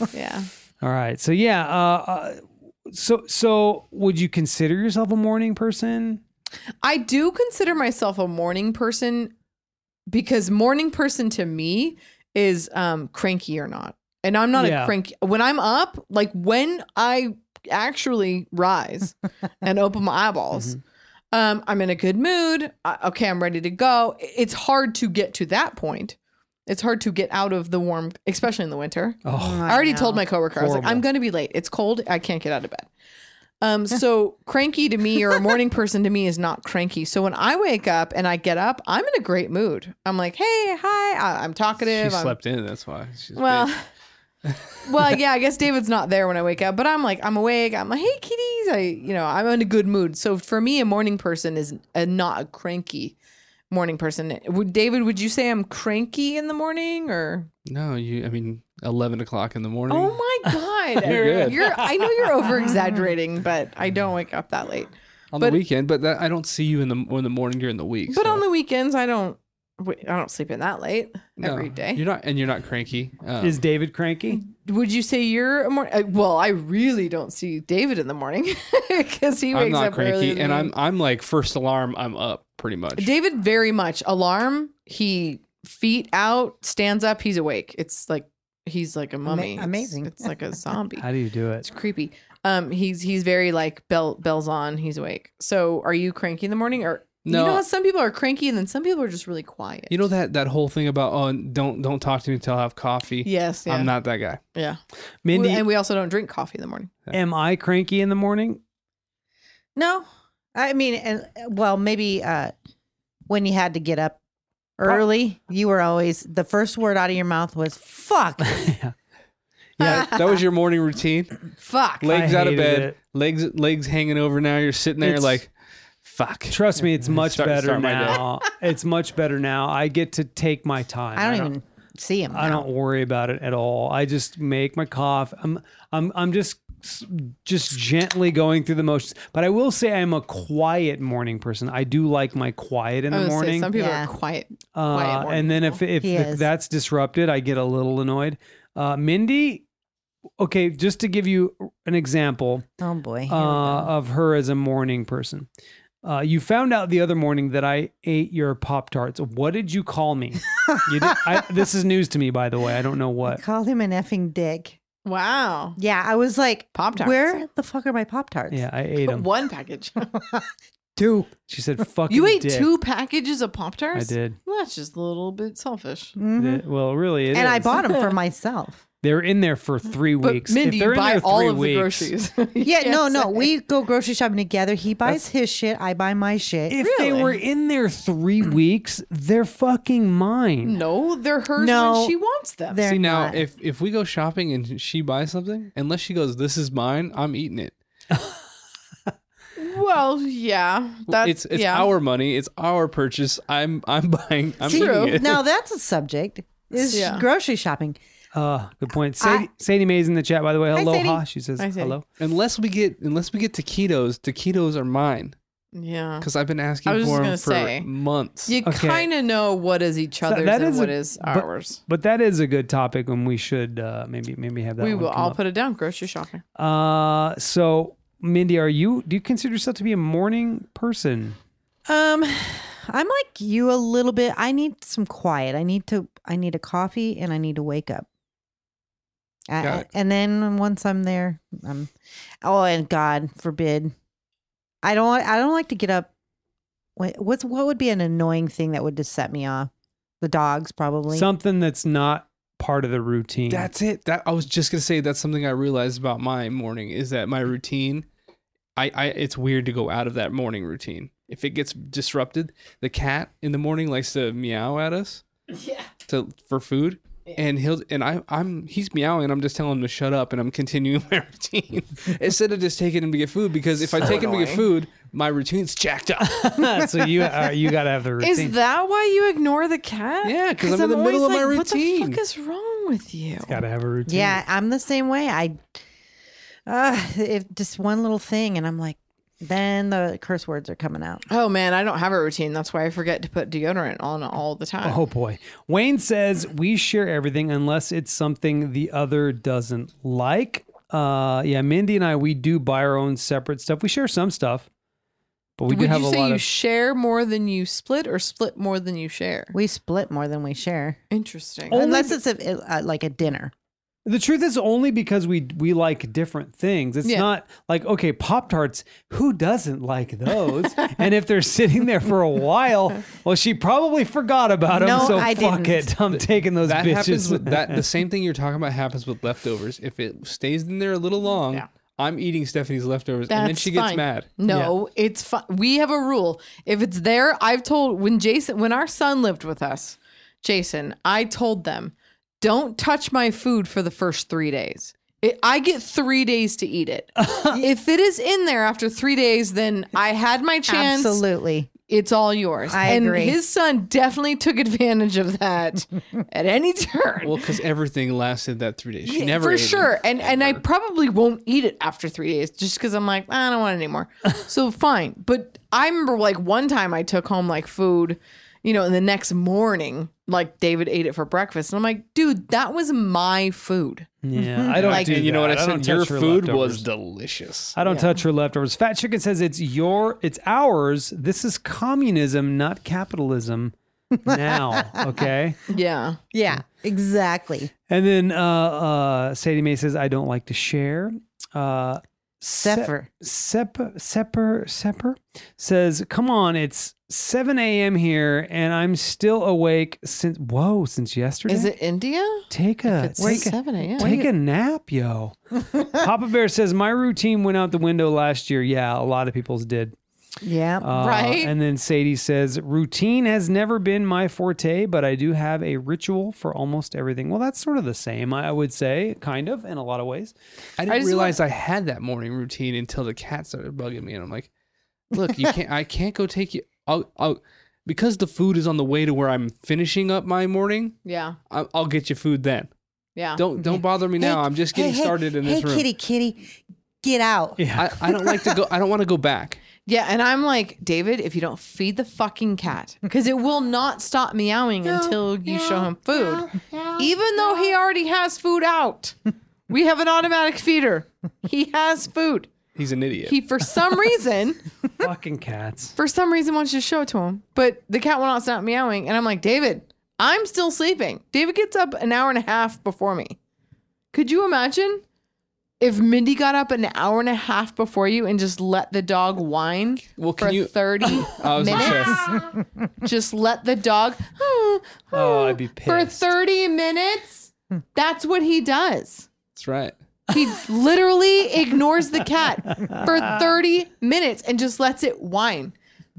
D: Oh.
B: yeah."
D: All right. So yeah. Uh, uh, so so would you consider yourself a morning person?
B: I do consider myself a morning person because morning person to me is um cranky or not. And I'm not
D: Yeah.
B: a cranky when I'm up, like when I actually rise and open my eyeballs. Um, I'm in a good mood. I, okay, I'm ready to go. It's hard to get to that point. It's hard to get out of the warm, especially in the winter.
D: Oh,
B: I already told my coworker, I was like,
D: Horrible.
B: I'm going to be late. It's cold. I can't get out of bed. Um, so cranky to me or a morning person to me is not cranky. So when I wake up and I get up, I'm in a great mood. I'm like, hey, hi, I, I'm
C: She
B: talkative. I'm,
C: slept in. That's why. She's
B: well,
C: big.
B: well, yeah, I guess David's not there when I wake up, but I'm like, I'm awake. I'm like, hey, kitties. I, you know, I'm in a good mood. So for me, a morning person is a, not a cranky morning person. Would David, would you say I'm cranky in the morning or?
C: no, you. I mean, eleven o'clock in the morning.
B: Oh my god.
C: You're good.
B: You're- I know you're over exaggerating, but I don't wake up that late.
C: on
B: but-
C: the weekend, but that, I don't see you in the in the morning during the week.
B: But
C: so-
B: on the weekends I don't wait, I don't sleep in that late
C: No,
B: every day.
C: you're not, and you're not cranky. Um,
D: is David cranky?
B: Would you say you're a morning? Well, I really don't see David in the morning because he wakes
C: I'm not
B: up early.
C: cranky,
B: than
C: and
B: me.
C: I'm I'm like first alarm, I'm up pretty much.
B: David very much alarm. He feet out, stands up. He's awake. It's like he's like a mummy. It's-
E: amazing.
B: It's, like a zombie.
D: How do you do
B: It's
D: it?
B: creepy. Um, he's he's very like bell bells on. He's awake. So are you cranky in the morning or You know
C: No.
B: how some people are cranky and then some people are just really quiet.
C: You know that that whole thing about oh don't don't talk to me until I have coffee.
B: yes, yeah,
C: I'm not that guy.
B: yeah.
D: Mindy,
B: and we also don't drink coffee in the morning.
D: am I cranky in the morning?
E: No, I mean, and well, maybe uh, when you had to get up early, you were always the first word out of your mouth was "fuck."
C: Yeah, that was your morning routine.
B: Fuck.
C: Legs out of
D: hated
C: bed,
D: it.
C: legs legs hanging over. Now you're sitting there
D: It's-
C: like, fuck.
D: Trust me, it's much
C: Start-
D: better
C: start my day.
D: now. it's much better now. I get to take my time.
E: I don't even see him.
D: I don't worry about it at all. I just make my cough. I'm I'm I'm just just gently going through the motions. But I will say I'm a quiet morning person. I do like my quiet in
B: I
D: the
B: would say
D: morning.
B: Oh, some people
E: Yeah.
B: are quiet. quiet
D: uh,
B: morning
D: and then if if
E: He
D: th-
E: is.
D: that's disrupted, I get a little annoyed. Uh, Mindy, okay, just to give you an example
E: Oh boy.
D: uh, of her as a morning person. Uh, you found out the other morning that I ate your Pop Tarts. What did you call me? You did, I, this is news to me, by the way. I don't know what.
E: Called him an effing dick.
B: Wow.
E: Yeah, I was like,
B: Pop tarts.
E: Where the fuck are my pop tarts?
D: Yeah, I ate them.
B: One package.
D: Two. She said, "Fucking."
B: you ate
D: dick."
B: two packages of Pop
D: I
B: Tarts?
D: did.
B: Well, that's just a little bit selfish.
E: Mhm.
D: Th- Well, really, it
E: and I
D: is.
E: bought them for myself.
D: They're in there for three
B: Mm-hmm. But
D: weeks.
B: Mindy,
D: if they're
B: you
D: in
B: buy
D: there
B: all
D: three
B: of the
D: weeks-
B: groceries.
E: Yeah, no, no. We go grocery shopping together. He buys his shit. I buy my shit.
D: If they were in there three
B: Mm-hmm.
D: weeks, they're fucking mine.
B: No, they're hers
E: No,
B: when she wants them.
E: they're
C: See now,
E: not.
C: if if we go shopping and she buys something, unless she goes, this is mine, I'm eating it.
B: Well, yeah. That's
C: it's it's
B: yeah.
C: our money, it's our purchase. I'm I'm buying. I'm
E: See,
C: eating it.
E: now that's a subject. Is
B: Yeah.
E: grocery shopping.
D: Uh, good point. Sadie, Sadie Mae's in the chat, by the way.
E: Hi,
D: Aloha.
E: Sadie.
D: She says
B: Hi, Sadie.
D: hello.
C: Unless we get unless we get taquitos, taquitos are mine
B: Yeah.
C: because I've been asking
B: I was just
C: for them
B: gonna
C: for
B: say.
C: months.
B: You
D: Okay.
B: kind of know what is each other's
D: that
B: and
D: is a-
B: what is
D: but-
B: ours.
D: But that is a good topic, and we should uh, maybe maybe have that.
B: We
D: one
B: will
D: come
B: all
D: up.
B: put it down. Grocery shopping.
D: Uh, so Mindy, are you? Do you consider yourself to be a morning person?
E: Um, I'm like you a little bit. I need some quiet. I need to. I need a coffee and I need to wake up. I-
C: Got it.
E: and then once I'm there, I'm. Oh, and God forbid, I don't. I don't like to get up. What- What's what would be an annoying thing that would just set me off? The dogs probably.
D: Something that's not part of the routine.
C: That's it. That I was just gonna say that's something I realized about my morning is that my routine, I, I it's weird to go out of that morning routine. If it gets disrupted, the cat in the morning likes to meow at us, yeah, to for food. and he'll and I I'm he's meowing. I'm just telling him to shut up, and I'm continuing my routine instead of just taking him to get food. Because if I
E: So
C: take him to get
E: annoying.
C: food, my routine's jacked up.
D: so you uh, you gotta have the routine.
B: Is that why you ignore the cat?
C: Yeah, 'cause I'm in the middle
B: always
C: of my
B: What the
C: routine."
B: fuck is wrong with you?
D: gotta have a routine.
E: Yeah, I'm the same way. I uh if just one little thing and I'm like then the curse words are coming out.
B: Oh man, I don't have a routine. That's why I forget to put deodorant on all the time.
D: Oh boy. Wayne says we share everything unless it's something the other doesn't like. Uh yeah, Mindy and I we do buy our own separate stuff. We share some stuff. But we do
B: Would
D: have
B: you
D: a
B: say
D: lot
B: you
D: of
B: share more than you split, or split more than you share?
E: We split more than we share.
B: Interesting.
D: Only-
E: Unless it's a, uh, like a dinner.
D: The truth is only because we we like different things. It's
B: Yeah.
D: not like okay, Pop Tarts, who doesn't like those? and if they're sitting there for a while, well she probably forgot about them,
E: No,
D: so
E: I
D: fuck
E: didn't.
D: it. I'm taking those
C: that
D: bitches.
C: happens with that. The same thing you're talking about happens with leftovers. If it stays in there a little long,
B: Yeah.
C: I'm eating Stephanie's leftovers, and then
B: That's
C: she gets
B: fine.
C: mad.
B: No, it's fine. We have a rule. If it's there, I've told when Jason, when our son lived with us, Jason, I told them, don't touch my food for the first three days. It, I get three days to eat it. if it is in there after three days, then I had my chance.
E: Absolutely.
B: It's all yours.
E: I
B: and
E: agree.
B: his son definitely took advantage of that at any turn.
C: Well, because everything lasted that three days. She
B: Yeah,
C: never
B: for
C: ate it.
B: sure. And and I probably won't eat it after three days just because I'm like I don't want it anymore. so fine. But I remember like one time I took home like food, you know, and the next morning like David ate it for breakfast, and I'm like, dude, that was my food.
D: yeah, I don't
B: Like-
D: do
C: And you know what
D: that.
C: I
D: don't
C: said? Your
D: touch her
C: food
D: leftovers.
C: was delicious.
D: I don't touch her leftovers. Fat Chicken says it's your, it's ours. This is communism, not capitalism. Now, okay.
B: Yeah.
E: Yeah, exactly.
D: And then uh, uh, Sadie Mae says I don't like to share. Uh,
E: Zephyr.
D: Sep Sepper Sepper says, "Come on, it's 7 a.m. here, and I'm still awake since whoa, since yesterday.
B: Is it India?
D: take a
B: It's
D: take a,
B: seven a.m.
D: Take a nap, yo. Papa Bear says my routine went out the window last year. Yeah, a lot of people's did.
E: Yeah.
D: Uh,
B: Right?
D: And then Sadie says, routine has never been my forte, but I do have a ritual for almost everything. Well, that's sort of the same, I would say, kind of, in a lot of ways.
C: I didn't
B: just
C: realize I had that morning routine until the cat started bugging me, and I'm like, "Look, you can't. I can't go take you. I'll, I'll because the food is on the way to where I'm finishing up my morning.
B: Yeah.
C: I'll, I'll get you food then.
B: Yeah.
C: Don't don't bother me now. I'm just getting started in this
E: hey,
C: room.
E: Kitty, kitty, get out.
D: Yeah.
C: I, I don't like to go. I don't want to go back.
B: Yeah, and I'm like, David, if you don't feed the fucking cat, because it will not stop meowing until you show him food, even though he already has food out. we have an automatic feeder. He has food.
C: He's an idiot.
B: He, for some reason,
D: Fucking cats.
B: for some reason, wants you to show it to him, but the cat will not stop meowing. And I'm like, David, I'm still sleeping. David gets up an hour and a half before me. Could you imagine if Mindy got up an hour and a half before you and just let the dog whine?
C: well,
B: for
C: can you?
B: 30
C: I was gonna
B: minutes.
C: say,
B: Just let the dog
D: Oh, I'd be
B: for
D: pissed.
B: 30 minutes. That's what he does.
C: that's right.
B: He literally ignores the cat for 30 minutes and just lets it whine,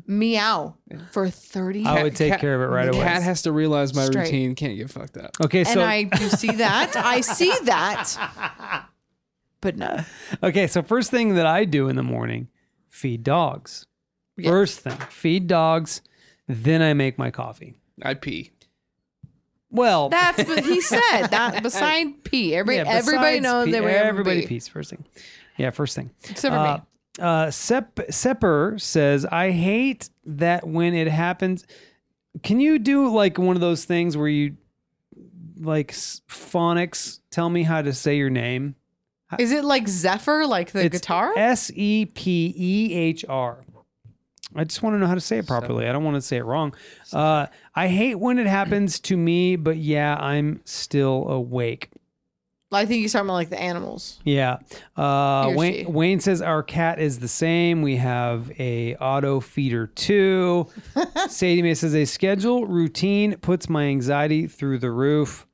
B: meow for 30
D: I would take
C: Cat-
D: care of it right
C: The
D: away.
C: cat has to realize my
B: Straight.
C: routine can't get fucked up.
D: Okay,
B: And
D: so
B: I do see that. I see that. But no.
D: okay, so first thing that I do in the morning, feed dogs.
B: Yeah.
D: First thing, feed dogs. Then I make my coffee.
C: I pee.
D: Well,
B: That's what he said. That beside P. Every,
D: yeah,
B: everybody
D: besides
B: knows
D: pee-
B: that we have a
D: everybody
B: pee.
D: pees first thing. Yeah, first thing.
B: Except for
D: Uh,
B: me.
D: uh, Sep Sepper says, I hate that when it happens. Can you do like one of those things where you like s- phonics tell me how to say your name?
B: Is it like Zephyr, like the
D: It's
B: guitar?
D: S E P E H R. I just want to know how to say it properly. I don't want to say it wrong. Uh, I hate when it happens to me, but yeah, I'm still awake.
B: I think he's talking about like the animals.
D: Yeah.
B: He or
D: Uh,
B: she.
D: Wayne, Wayne says our cat is the same. We have a auto feeder too. Sadie Mae says a schedule routine puts my anxiety through the roof.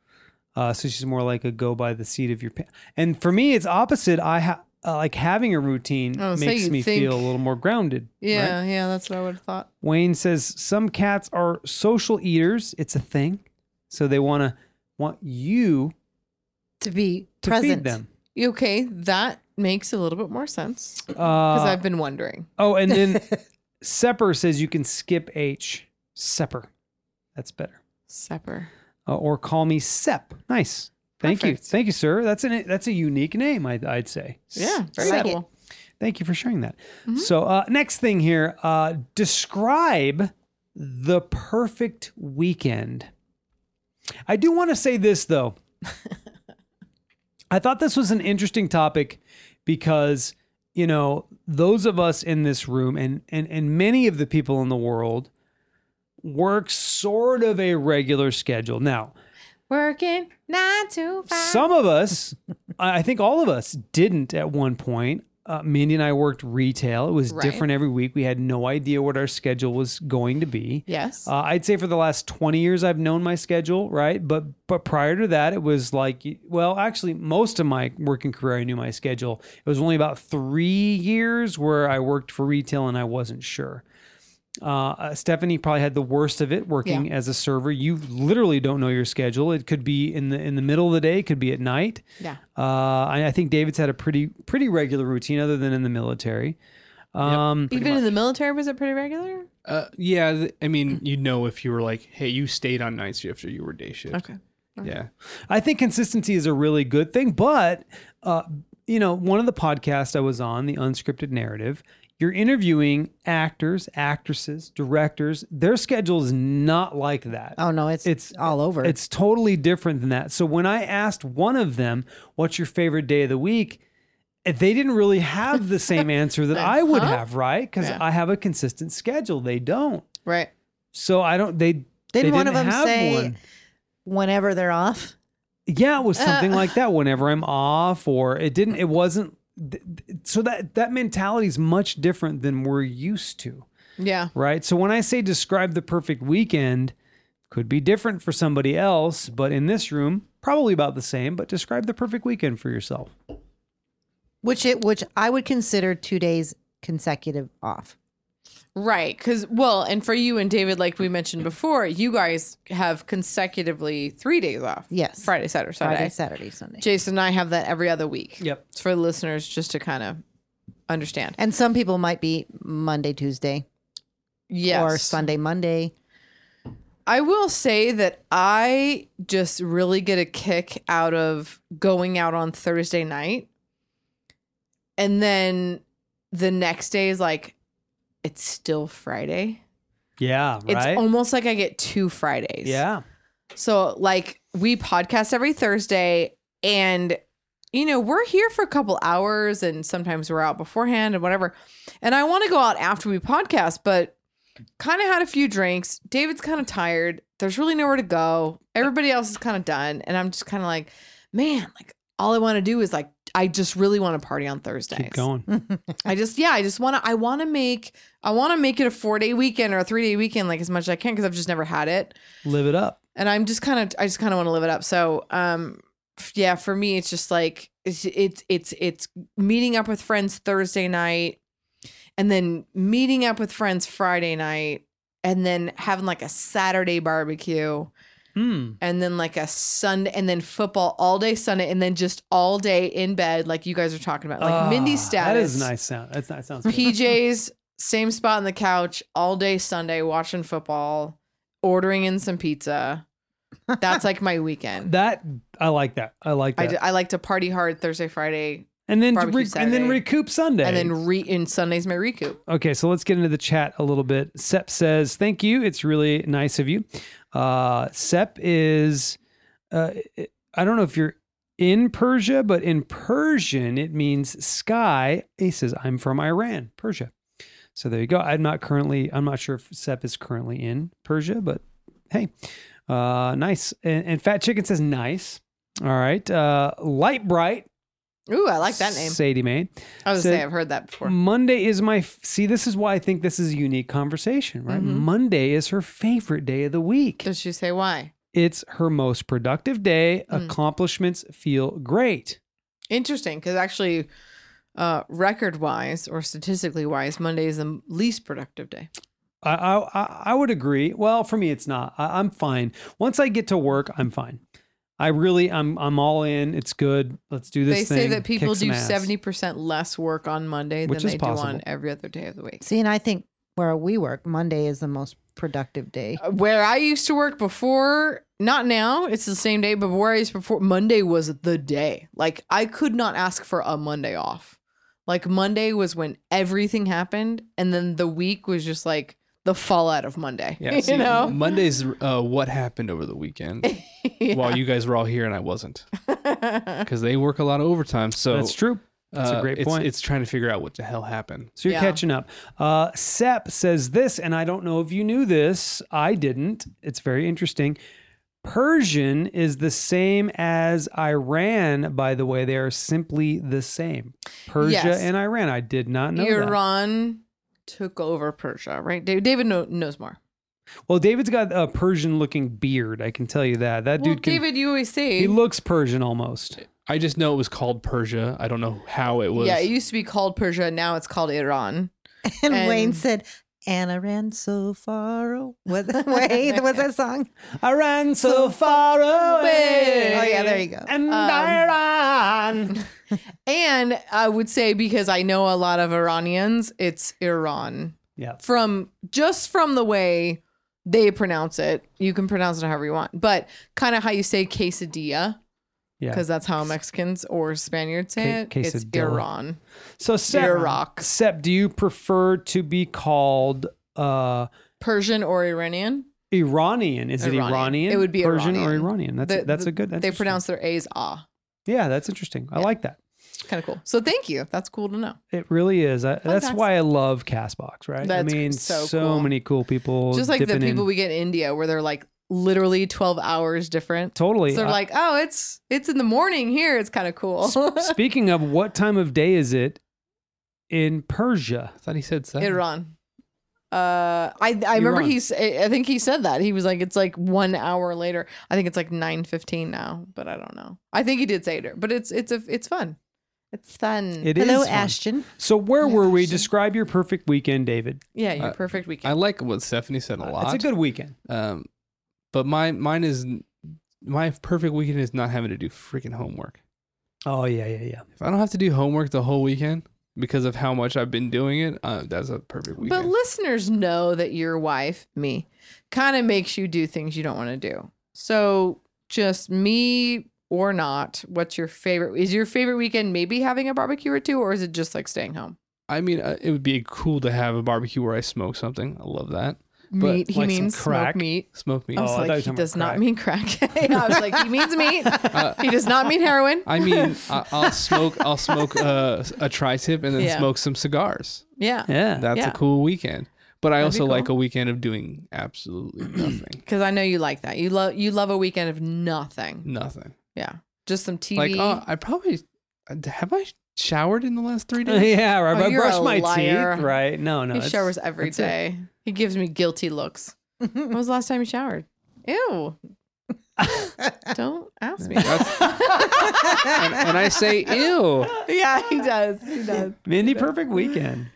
D: Uh, so she's more like a go by the seat of your pants. And for me, it's opposite. I ha- uh, like having a routine
B: Oh, so
D: makes
B: you
D: me
B: think-
D: feel a little more grounded. right?
B: Yeah, yeah, that's what I would have thought.
D: Wayne says some cats are social eaters. It's a thing. So they want to want you
E: to be
D: to feed
E: present.
D: them.
B: Okay, that makes a little bit more sense because
D: Uh,
B: I've been wondering.
D: oh, and then Sepper says you can skip H. Sepper. That's better.
B: Supper.
D: Uh, or call me Sep. Nice. Thank
B: Perfect.
D: you. Thank you, sir. That's an that's a unique name, I, I'd say.
B: Yeah,
D: S-
B: very
E: like it.
B: cool.
D: Thank you for sharing that.
B: Mhm.
D: So, uh, next thing here, uh, describe the perfect weekend. I do want to say this though. I thought this was an interesting topic because you know those of us in this room and and and many of the people in the world work sort of a regular schedule now.
B: Working nine to five.
D: Some of us, I I think all of us, didn't at one point. Uh, Mindy and I worked retail. It was
B: Right.
D: different every week. We had no idea what our schedule was going to be.
B: yes.
D: Uh, I'd say for the last 20 years, I've known my schedule, right? But but prior to that, it was like, well, actually, most of my working career, I knew my schedule. It was only about three years where I worked for retail and I wasn't sure. Uh, uh, Stephanie probably had the worst of it working as a server. You literally don't know your schedule. It could be in the in the middle of the day, it could be at night.
B: yeah.
D: Uh, I, I think David's had a pretty pretty regular routine, other than in the military. Um,
B: Even in the military, was it pretty regular?
C: Uh, yeah, th- I mean, you'd know if you were like, hey, you stayed on night shift or you were day shift.
B: Okay.
C: Yeah.
D: I think consistency is a really good thing, but uh, you know, one of the podcasts I was on, the unscripted narrative, you're interviewing actors, actresses, directors. Their schedule is not like that.
E: Oh no, it's
D: It's-
E: it's all over.
D: It's totally different than that. So when I asked one of them, "What's your favorite day of the week?" they didn't really have the same answer that I would
B: Huh?
D: have, right? Because
B: Yeah.
D: I have a consistent schedule. They don't.
B: Right.
D: So I don't. They they
E: Didn't one
D: didn't
E: of them
D: have
E: say
D: one.
E: whenever they're off?
D: Yeah, it was something
B: Uh,
D: like that. Whenever I'm off, or it didn't, it wasn't. th- th- So that that mentality is much different than we're used to,
B: Yeah.
D: right? So when I say describe the perfect weekend, could be different for somebody else, but in this room, probably about the same. But describe the perfect weekend for yourself.
E: Which it which I would consider two days consecutive off.
B: Right. Because, well, and for you and David, like we mentioned before, you guys have consecutively three days off.
E: Yes.
B: Friday, Saturday, Sunday.
E: Friday, Saturday, Sunday.
B: Jason and I have that every other week.
D: Yep.
B: It's for the listeners just to kind of understand.
E: And some people might be Monday, Tuesday,
B: Yes.
E: or Sunday, Monday.
B: I will say that I just really get a kick out of going out on Thursday night. And then the next day is like, it's still Friday.
D: Yeah, right.
B: It's almost like I get two Fridays.
D: yeah,
B: So, like, we podcast every Thursday, and, you know, we're here for a couple hours, and sometimes we're out beforehand and whatever. And I want to go out after we podcast, but kind of had a few drinks. David's kind of tired. There's really nowhere to go. Everybody else is kind of done. And I'm just kind of like, man, like, all I want to do is like, I just really want to party on Thursdays.
D: keep going.
B: I just yeah, I just want to I want to make I want to make it a 4-day weekend or a 3-day weekend like as much as I can cuz I've just never had it
D: Live it up.
B: and I'm just kind of I just kind of want to live it up. So, um, f- yeah, for me, it's just like it's it's it's it's meeting up with friends Thursday night, and then meeting up with friends Friday night, and then having like a Saturday barbecue,
D: Mm.
B: and then like a Sunday, and then football all day Sunday, and then just all day in bed, like you guys are talking about, like Mindy's
D: Ah, That
B: status,
D: is nice sound. That's not sounds. good.
B: PJs, same spot on the couch all day Sunday, watching football, ordering in some pizza. That's like my weekend.
D: That I like that. I like
B: I,
D: that.
B: d- I like to party hard Thursday, Friday,
D: and then
B: barbecue
D: re- and then
B: Saturday.
D: recoup Sunday.
B: and then re in Sunday's my recoup.
D: Okay, so let's get into the chat a little bit. Sep says, "Thank you. It's really nice of you." Uh, Sep is, uh, I don't know if you're in Persia, but in Persian it means sky. He says, "I'm from Iran, Persia." So there you go. I'm not currently. I'm not sure if Sep is currently in Persia, but hey, uh, nice. And, and Fat Chicken says, "Nice." All right, uh, Light Bright.
B: Ooh, I like that name.
D: Sadie Mae.
B: I was
D: so-
B: gonna say I've heard that before.
D: Monday is my f- see. This is why I think this is a unique conversation, right?
B: Mhm.
D: Monday is her favorite day of the week.
B: Does she say why?
D: It's her most productive day.
B: Mm.
D: Accomplishments feel great.
B: Interesting, because actually, uh, record wise or statistically wise, Monday is the m- least productive day.
D: I I, I- I would agree. Well, for me, it's not. I, I'm fine. Once I get to work, I'm fine. I really, I'm, I'm all in. It's good. Let's do this.
B: they say
D: thing.
B: that people
D: Kick some
B: do
D: ass.
B: seventy percent less work on Monday
D: Which
B: than
D: is
B: they do
D: possible.
B: on every other day of the week.
E: See, and I think where we work, Monday is the most productive day.
B: Where I used to work before, not now, it's the same day, but where I used before, Monday was the day. Like I could not ask for a Monday off. Like Monday was when everything happened, and then the week was just like the fallout of Monday.
C: Yeah,
B: you
C: see,
B: know.
C: Monday's uh, what happened over the weekend while you guys were all here and I wasn't because they work a lot of overtime. So
D: That's true. That's
C: uh,
D: a great
C: it's-
D: point.
C: It's, trying to figure out what the hell happened.
D: So you're
B: Yeah.
D: catching up. Uh, Sep says this, and I don't know if you knew this. I didn't. It's very interesting. Persian is the same as Iran, by the way. They are simply the same. Persia
B: Yes.
D: and Iran. I did not know that.
B: Iran took over Persia, right? Da- David kno- knows more.
D: Well, David's got a Persian looking beard. I can tell you that. That
B: well,
D: dude can.
B: David, you always say
D: he looks Persian almost.
C: I just know it was called Persia. I don't know how it was.
B: Yeah, it used to be called Persia. Now it's called Iran.
E: And,
B: And-
E: Wayne said, Anna ran so far away. Wait, was that song?
D: I ran so far away.
E: Oh, yeah, there you go.
D: And
B: Um,
D: Iran.
B: And I would say because I know a lot of Iranians, it's Iran.
D: Yeah.
B: From just from the way they pronounce it, you can pronounce it however you want, but kind of how you say quesadilla,
D: Yeah.
B: because that's how Mexicans or Spaniards say
D: Ca-
B: it. It's
D: quesadilla.
B: Iran.
D: So Sep,
B: Iraq.
D: Sep, do you prefer to be called uh,
B: Persian or Iranian?
D: Iranian? Is it
B: Iranian.
D: Iranian?
B: It would be
D: Persian or
B: Iranian.
D: Iranian. That's
B: The-
D: that's
B: the-
D: a good. That's
B: They
D: interesting.
B: pronounce their A's ah.
D: Yeah, that's interesting. I like that.
B: It's kind of cool. So thank you. That's cool to know.
D: It really is. I, that's
B: facts.
D: why I love Castbox. Right? I
B: Oh, That's
D: mean,
B: so cool.
D: many cool people.
B: Just like the
D: dipping in.
B: people we get in India where they're like literally 12 hours different.
D: totally. uh,
B: So they're
D: I-
B: like, oh, it's it's in the morning here. It's kind of cool.
D: Speaking of, what time of day is it in Persia?
C: I thought he said seven.
B: Iran. Uh, I I remember
D: Iran.
B: he's I I think he said that he was like it's like one hour later. I think it's like nine fifteen now, but I don't know. I think he did say it, but it's it's a it's fun. It's fun.
D: It is
E: Hello,
D: fun.
E: Ashton.
D: So where were we?
B: Ashton.
D: Describe your perfect weekend, David.
B: yeah, your
C: I-
B: perfect
C: I
B: weekend.
C: like what Stephanie
B: Uh,
C: said a lot.
D: It's a good weekend.
C: Um, but my mine is my perfect weekend is not having to do freaking homework.
D: Oh yeah, yeah, yeah.
C: If I don't have to do homework the whole weekend because of how much I've been doing it, uh, that's a perfect
B: but
C: weekend.
B: listeners know that your wife, me, kind of makes you do things you don't want to do. So just me or not, what's your favorite? Is your favorite weekend maybe having a barbecue or two, or is it just like staying home?
C: I mean, uh, it would be cool to have a barbecue where I smoke something. I love that. But
B: meat. He
D: like some
B: means
D: crack.
B: smoke meat.
C: Smoke meat.
B: I was
D: Oh, I thought you were
B: like, he
D: talking about
B: does not
D: crack.
B: mean crack. Yeah, I was like, he means meat.
C: Uh,
B: he does not mean heroin.
C: I mean,
D: uh,
C: I, I'll smoke. I'll smoke uh, a tri-tip and then
B: Yeah.
C: smoke some cigars.
B: Yeah.
D: Yeah.
C: That's
B: Yeah.
C: a cool weekend. But I
B: That'd be
C: also like
B: cool.
C: a weekend of doing absolutely nothing.
B: Because I know you like that. You love you love a weekend of nothing.
C: nothing.
B: Yeah. Just some TV.
C: Like, oh, I probably uh, have I showered in the last three days.
D: yeah, right.
B: Oh,
D: I
B: you're
D: brush
B: a
D: my
B: liar.
D: teeth, right? No, no.
B: he
D: it's-
B: showers every
D: that's it.
B: day. He gives me guilty looks. when was the last time you showered? Ew. Don't ask me.
C: That's- and, and I say, ew.
B: yeah, he does. He does.
D: Mindy, perfect weekend.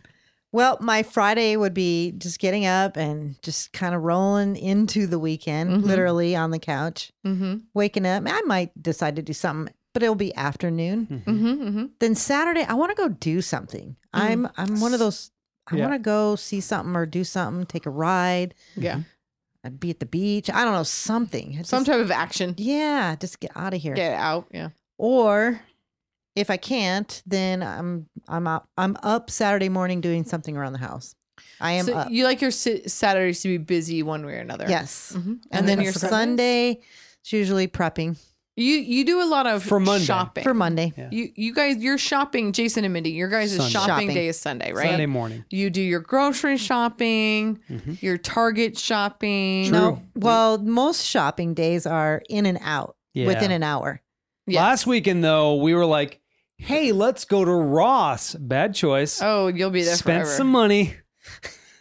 E: Well, my Friday would be just getting up and just kind of rolling into the weekend,
D: Mm-hmm.
B: Mhm.
E: literally on the couch,
B: Mm-hmm.
E: waking up. I might decide to do something, but it'll be afternoon.
D: Hmm.
B: Mm-hmm. Mm-hmm.
E: Then Saturday, I want to go do something. I'm I'm one of those. I
D: Hmm. Yeah.
E: want to go see something or do something, take a ride,
B: Yeah.
E: I'd be at the beach. I don't know something. I just-
B: Some type of action.
E: yeah, just get out of here.
B: Get out. Yeah.
E: Or if I can't, then I'm I'm out, I'm up Saturday morning doing something around the house. I am
B: so
E: up.
B: you like your si- Saturdays to be busy one way or another.
E: Yes.
B: Mhm. And,
E: and then your Sunday, it's usually prepping
B: You you do a lot of
D: For Monday.
B: shopping
E: for Monday.
D: Yeah.
B: You you guys, you're shopping, Jason and Mindy. Your guys'
D: Sunday.
B: shopping,
E: Shopping.
B: day is Sunday, right?
D: Sunday morning.
B: You do your grocery shopping,
D: Mhm.
B: your Target shopping.
E: No, well, most shopping days are in and out
D: Yeah.
E: within an hour.
B: Yes.
D: Last weekend though, we were like, "Hey, let's go to Ross." Bad choice.
B: Oh, you'll be there
D: Spent
B: forever.
D: some money.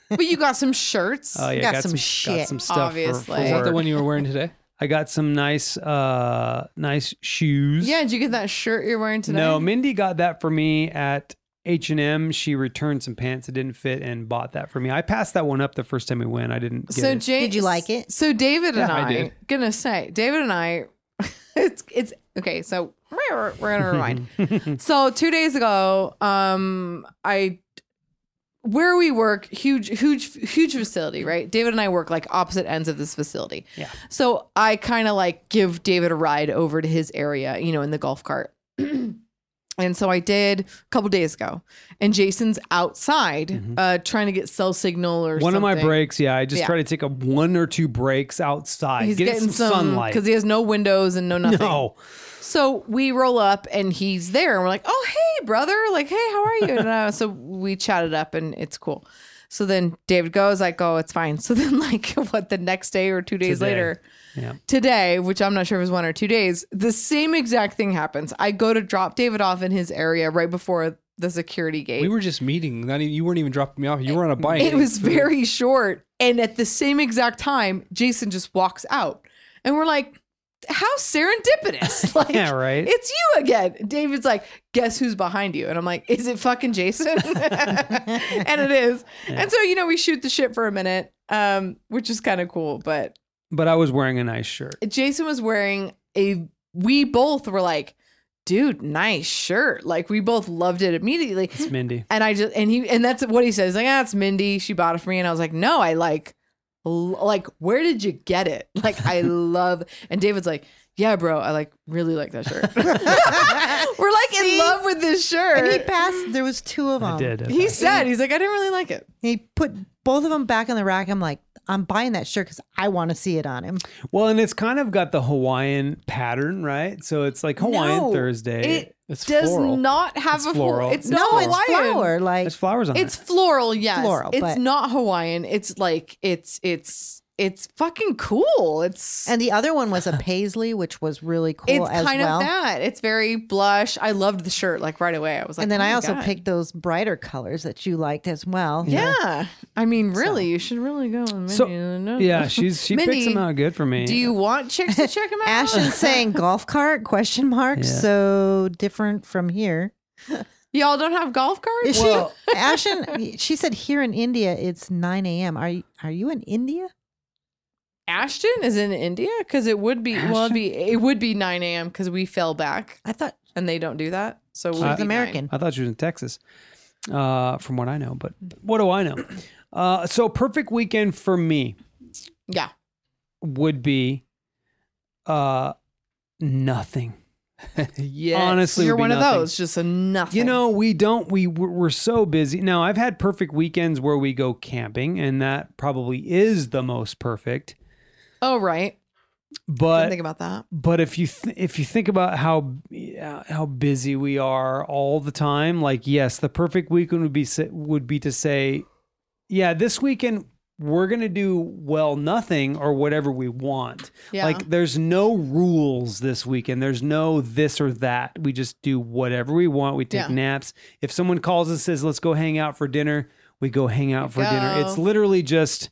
B: but you got some shirts.
D: Oh yeah,
E: Got some
D: Got
E: shit,
D: some stuff.
B: obviously.
D: For, for
B: Is
C: Is that the
D: work.
C: one you were wearing today?
D: I got some nice, uh nice shoes.
B: yeah, did you get that shirt you're wearing today?
D: No, Mindy got that for me at H and M. She returned some pants that didn't fit and bought that for me. I passed that one up the first time we went. I didn't get
B: so
D: it.
B: Ja-
E: Did you like it?
B: So David and
C: Yeah, I
B: I,
C: did.
B: gonna say, David and I it's it's okay. So we're gonna rewind. so two days ago, um, I where we work huge huge huge facility right david and i work like opposite ends of this facility
D: Yeah.
B: so i kind of like give david a ride over to his area you know in the golf cart and so i did a couple days ago and jason's outside uh trying to get cell signal or
D: Mm-hmm. One of my
B: something.
D: breaks, yeah, I just
B: Yeah.
D: try to take a one or two breaks outside,
B: he's
D: get
B: getting
D: some, sunlight.
B: because he has no windows and no nothing
D: no,
B: So we roll up and he's there and we're like, "Oh, hey, brother! Like, hey, how are you?" And uh, so we chat it up and it's cool. So then David goes, I go, it's fine. So then, like, what the next day or two days
D: Today.
B: later,
D: Yeah.
B: today, which I'm not sure if it was one or two days, the same exact thing happens. I go to drop David off in his area right before the security gate.
C: We were just meeting. Not even, you weren't even dropping me off. You were on a bike.
B: It was very short. And at the same exact time, Jason just walks out. And we're like, how serendipitous. Like,
D: Yeah, right.
B: It's you again. David's like, guess who's behind you? And I'm like, is it fucking Jason? and it is. And so, you know, we shoot the shit for a minute, um, which is kind of cool. But
D: but I was wearing a nice shirt.
B: Jason was wearing a, we both were like, dude, nice shirt. Like, we both loved it immediately.
D: It's Mindy.
B: And I just and he and that's what he says. Like, ah, it's Mindy. She bought it for me, and I was like, no, I like, l- like, where did you get it? Like, I love. And David's like, yeah, bro, I like really like that shirt. We're like in
E: See?
B: love with this shirt.
E: And he passed. There was two of them.
D: I did.
B: He said he's like, I didn't really like it.
E: He put both of them back on the rack. I'm like, I'm buying that shirt because I want to see it on him.
D: Well, and it's kind of got the Hawaiian pattern, right? So it's like Hawaiian
B: No,
D: Thursday.
B: It
C: It's
B: does
C: floral.
B: not have
D: It's
B: a floral.
D: floral.
B: It's,
D: No,
B: not
E: no,
B: Hawaiian.
E: it's flower. Like
D: There's flowers on
B: It's
D: it.
B: floral, yes.
E: Floral,
B: it's
E: but-
B: not Hawaiian. It's like it's it's it's fucking cool. It's
E: And the other one was a paisley, which was really cool
B: it's
E: as
B: kind
E: well.
B: of that. It's very blush. I loved the shirt like right away. I was like,
E: and then
B: oh
E: I
B: my
E: also
B: God.
E: picked those brighter colors that you liked as well.
B: Yeah. I mean, really, you should really go. on Mindy.
D: So-
B: no.
D: Yeah, she's she
B: Mindy,
D: picks them out good for me.
B: Do you want chicks to check them out?
E: Ashton's saying golf cart question mark.
D: Yeah.
E: So different from here.
B: Y'all don't have golf carts?
E: Is she Ashton? She said here in India it's 9 a.m. Are you are you in India?
B: Ashton is in India because it would be well, it'd be it would be nine a.m. because we fell back
E: I thought
B: and they don't do that. So it would
E: she's
B: be
E: American.
D: I thought she was in Texas, uh, from what I know. But what do I know? Uh, so perfect weekend for me
B: nine. Yeah.
D: would be uh, nothing.
C: yeah.
D: Honestly,
B: You're
D: would be
B: one of
D: nothing.
B: those, just a nothing.
D: You know, we don't. We we're we're so busy now. I've had perfect weekends where we go camping, and that probably is the most perfect.
B: Oh right. Didn't
D: But
B: think about that.
D: but if you th- if you think about how yeah, how busy we are all the time, like yes, the perfect weekend would be sa- would be to say, yeah, this weekend we're gonna do well nothing or whatever we want.
B: Yeah.
D: Like there's no rules this weekend. There's no this or that. We just do whatever we want. We take
B: Yeah.
D: naps. If someone calls and says, "Let's go hang out for dinner," we go hang out for dinner. It's
B: go.
D: literally just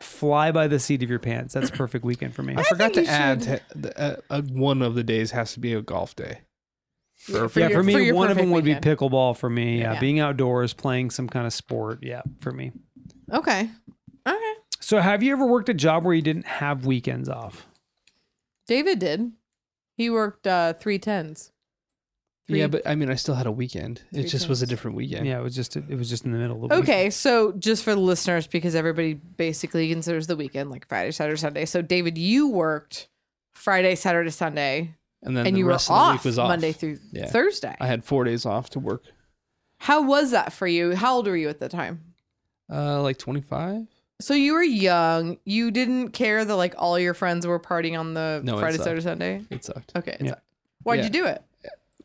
D: fly by the seat of your pants. That's perfect weekend for me.
C: I forgot
B: think
C: to
B: you
C: add to, uh, uh, one of the days has to be a golf day.
B: for
D: yeah,
B: your-
D: for me,
B: for your
D: one of
B: perfect
D: them would
B: weekend.
D: be pickleball for me. Yeah,
B: Yeah.
D: being outdoors, playing some kind of sport. Yeah, for me.
B: Okay. Okay.
D: So, have you ever worked a job where you didn't have weekends off?
B: David did. He worked uh three tens.
C: Yeah, but I mean, I still had a weekend. It just was a different
D: Yeah,
C: weekend.
D: it was just it was just in the middle of the
B: Okay, so just for the listeners, because everybody basically considers the weekend like Friday, Saturday, Sunday. So David, you worked Friday, Saturday, Sunday,
C: And then
B: and
C: the
B: you were
C: rest of the
B: off,
C: week was off.
B: Monday through
C: Yeah.
B: Thursday.
C: I had four days off to work.
B: How was that for you? How old were you at the time?
C: Uh, like 25?
B: So you were young. You didn't care that like all your friends were partying on the
C: No, it
B: Friday,
C: sucked.
B: Saturday, Sunday.
C: It sucked.
B: Okay,
D: Yeah.
B: so- why'd
C: Yeah.
B: you do it?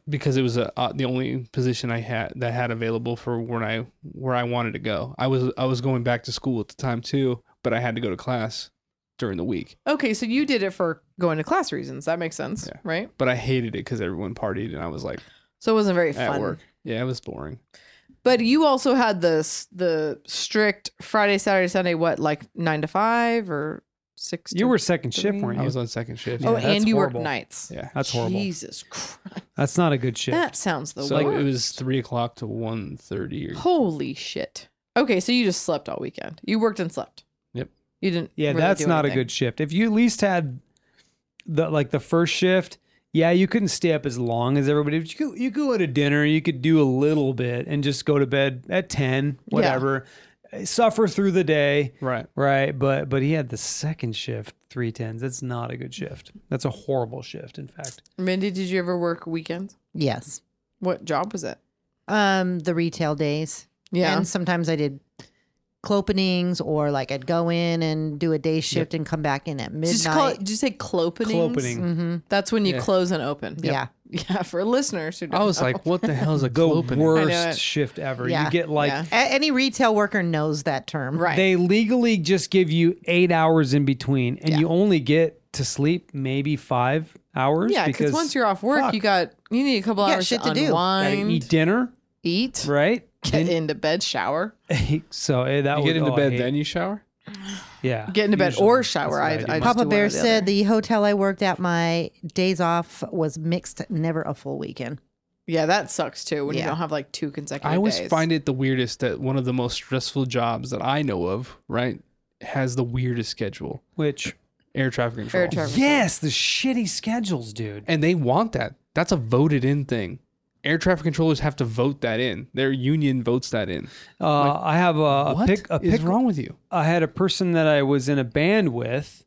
C: because it was a, uh, the only position I had that had available for when I where I wanted to go. I was I was going back to school at the time too, but I had to go to class during the week.
B: Okay, so you did it for going to class reasons. That makes sense,
C: Yeah.
B: right?
C: But I hated it because everyone partied and I was like
B: So it wasn't very
C: at
B: fun.
C: work. Yeah, it was boring.
B: But you also had this the strict Friday, Saturday, Sunday, what, like nine to five or six
D: week. You
B: to-
D: were second shift, weren't
C: I
D: you?
C: was on second shift.
B: Oh,
D: Yeah, that's
B: and you
D: horrible.
B: worked nights.
C: yeah.
D: That's horrible.
B: Jesus Christ.
D: That's not a good shift.
B: That sounds the
C: So
B: worst.
C: it was three o'clock to one thirty.
B: Holy shit. Okay, so you just slept all weekend. You worked and slept.
C: Yep.
B: You didn't
D: yeah,
B: really
D: that's
B: do
D: not
B: anything.
D: a good shift. If you at least had the like the first shift, yeah, you couldn't stay up as long as everybody. But you could you could go to dinner, you could do a little bit, and just go to bed at ten, whatever. Suffer through the day,
C: Right.
D: right? But but he had the second shift, three tens. That's not a good shift. That's a horrible shift, in fact.
B: Mindy, did you ever work weekends?
E: Yes.
B: What job was it?
E: Um, the retail days.
B: Yeah.
E: And sometimes I did clopenings or like I'd go in and do a day shift and come back in at midnight.
B: Did you, call it, did you say clopening?
D: Clopening.
B: Mm-hmm. That's when you
C: Yeah.
B: close and open.
E: Yeah.
B: Yeah. For listeners who don't
C: I was
B: know.
C: like, what the hell is a
D: The
C: clopening?
B: I know it.
D: worst shift ever.
E: Yeah,
D: You get like
B: yeah.
E: A- any retail worker knows that term.
B: right.
D: They legally just give you eight hours in between, and
B: Yeah.
D: you only get to sleep maybe five hours.
B: yeah, because once you're off work,
D: fuck.
B: you got you need a couple
E: You got
B: hours
E: shit
B: to,
E: to do.
D: gotta
B: unwind,
D: eat
B: eat,
D: dinner, right?
B: get into bed, shower,
D: so eh, that
C: You
D: was
C: get into
D: oh, I
C: bed,
D: hate-
C: then you shower.
D: yeah.
B: get into bed
D: usually.
B: or
D: That's
B: shower.
D: what
B: I,
D: do.
B: I just
E: Papa
B: do one or
E: Bear
B: the
E: said
B: other.
E: the hotel I worked at my days off was mixed, never a full weekend.
B: yeah, that sucks too when you
E: Yeah.
B: don't have like two consecutive.
C: I always
B: days.
C: find it the weirdest that one of the most stressful jobs that I know of, right, has the weirdest schedule.
D: which
C: Air traffic control.
B: traffic.
D: yes, the shitty schedules, dude.
C: And they want that. That's a voted in thing. Air traffic controllers have to vote that in. Their union votes that in.
D: Uh, I have a, a
C: What is
D: pick. A pick.
C: wrong with you?
D: I had a person that I was in a band with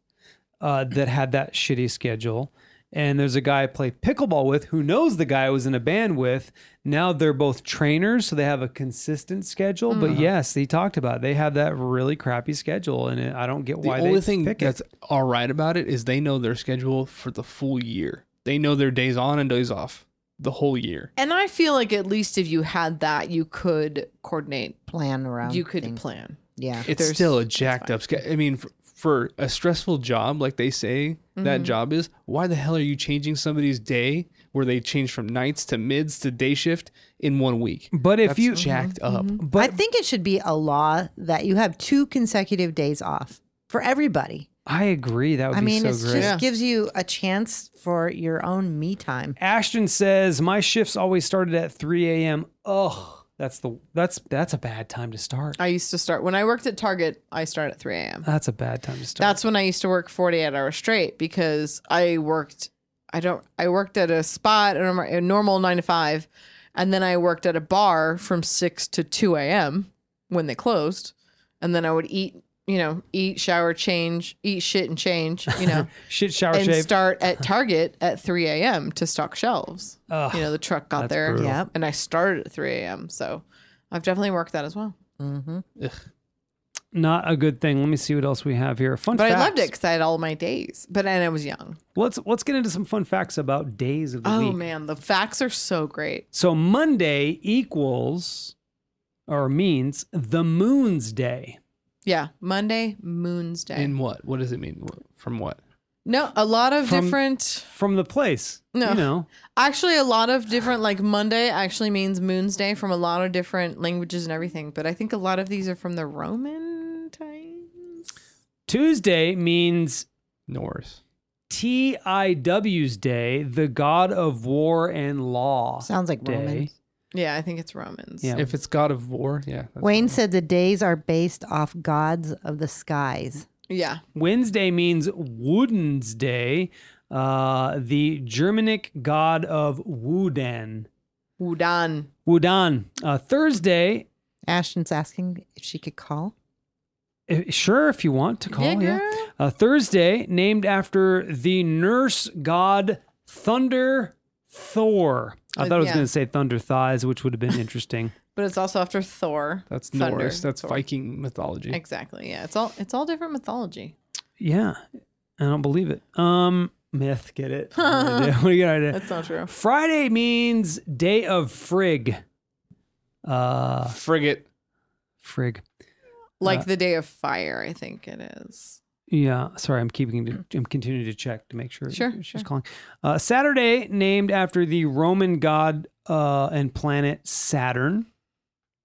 D: uh, that had that shitty schedule. And there's a guy I played pickleball with who knows the guy I was in a band with. Now they're both trainers, so they have a consistent schedule. But
C: Mm-hmm.
D: yes, he talked about it. they have that really crappy schedule, and it, I don't get
C: The
D: why
C: only
D: they
C: thing
D: pick
C: that's
D: it.
C: all right about it is they know their schedule for the full year. They know their days on and days off the whole year.
B: and I feel like at least if you had that, you could coordinate,
E: Plan around.
B: you could
E: things.
B: plan.
E: Yeah.
C: It's
B: There's-
C: still a
B: it's
C: jacked
B: fine.
C: up. sch- I mean, for, for a stressful job like they say
B: Mm-hmm.
C: that job is, why the hell are you changing somebody's day where they change from nights to mids to day shift in one week?
D: But if
C: That's
D: you,
B: Mm-hmm.
C: jacked up,
D: but
E: I think it should be a law that you have two consecutive days off for everybody.
D: I agree. That would
E: I
D: be
E: mean,
D: so
E: it
D: great.
E: just gives you a chance for your own me time.
D: Ashton says my shifts always started at 3 a.m. Ugh, that's the that's that's a bad time to start.
E: Uh,
B: I used to start when I worked at Target. I started at 3 a.m.
D: That's a bad time to start.
B: That's when I used to work 48 hours straight because I worked, I don't, I worked at a spot, a normal, a normal nine to five, and then I worked at a bar from six to 2 a.m. when they closed. And then I would eat, you know, eat, shower, change, eat shit and change, you know,
D: shit shower
B: and
D: shape.
B: start at Target at 3 a.m. to stock shelves.
D: Ugh.
B: You know, the truck got
D: That's
B: there
D: brutal.
E: Yep.
B: and I started at 3 a.m. So I've definitely worked that as well.
E: Mm-hmm.
D: not a good thing. Let me see what else we have here. Fun
B: But
D: facts.
B: I loved it because I had all my days, but and I was young.
D: Let's let's get into some fun facts about days of the
B: Oh
D: week.
B: man, the facts are so great.
D: So Monday equals or means the moon's day.
B: Yeah, Monday, Moon's Day.
C: In what? What does it mean? Wh- From what?
B: no, a lot of
D: From-
B: different.
D: From the place.
B: No.
D: You know.
B: Actually, a lot of different. Like Monday actually means Moon's Day from a lot of different languages and everything. But I think a lot of these are from the Roman times.
D: Tuesday means
C: Norse.
D: TIW's day, the god of war and law.
E: Sounds like
D: day.
E: Roman.
B: Yeah, I think it's Romans.
D: Yeah.
C: If it's God of War, yeah. that's
E: Wayne
C: what-
E: said the days are based off gods of the skies.
B: Yeah.
D: Wednesday means Wooden's day, uh, the Germanic god of Wooden.
B: Wudan.
D: Wudan. Uh, Thursday,
E: Ashton's asking if she could call.
D: eh, sure, if you want to call,
B: Yeah,
D: yeah.
B: girl.
D: uh, Thursday, named after the nurse god Thunder Thor. I
B: Uh,
D: thought I was
B: yeah.
D: going to say Thunder Thighs, which would have been interesting.
B: But it's also after Thor.
C: That's
B: Thunder,
C: Norse. That's
B: Thor.
C: Viking mythology.
B: Exactly. Yeah. It's all it's all different mythology.
D: yeah, I don't believe it. Um, myth, get it? What do you got to do?
B: That's not true.
D: Friday means day of frig. Uh,
C: Frigate.
D: frig.
B: Like the Day of Fire, I think it is.
D: Yeah, sorry, I'm keeping to, I'm continuing to check to make Mm. sure,
B: Sure,
D: she's
B: sure.
D: calling. Uh, Saturday, named after the Roman god uh, and planet Saturn.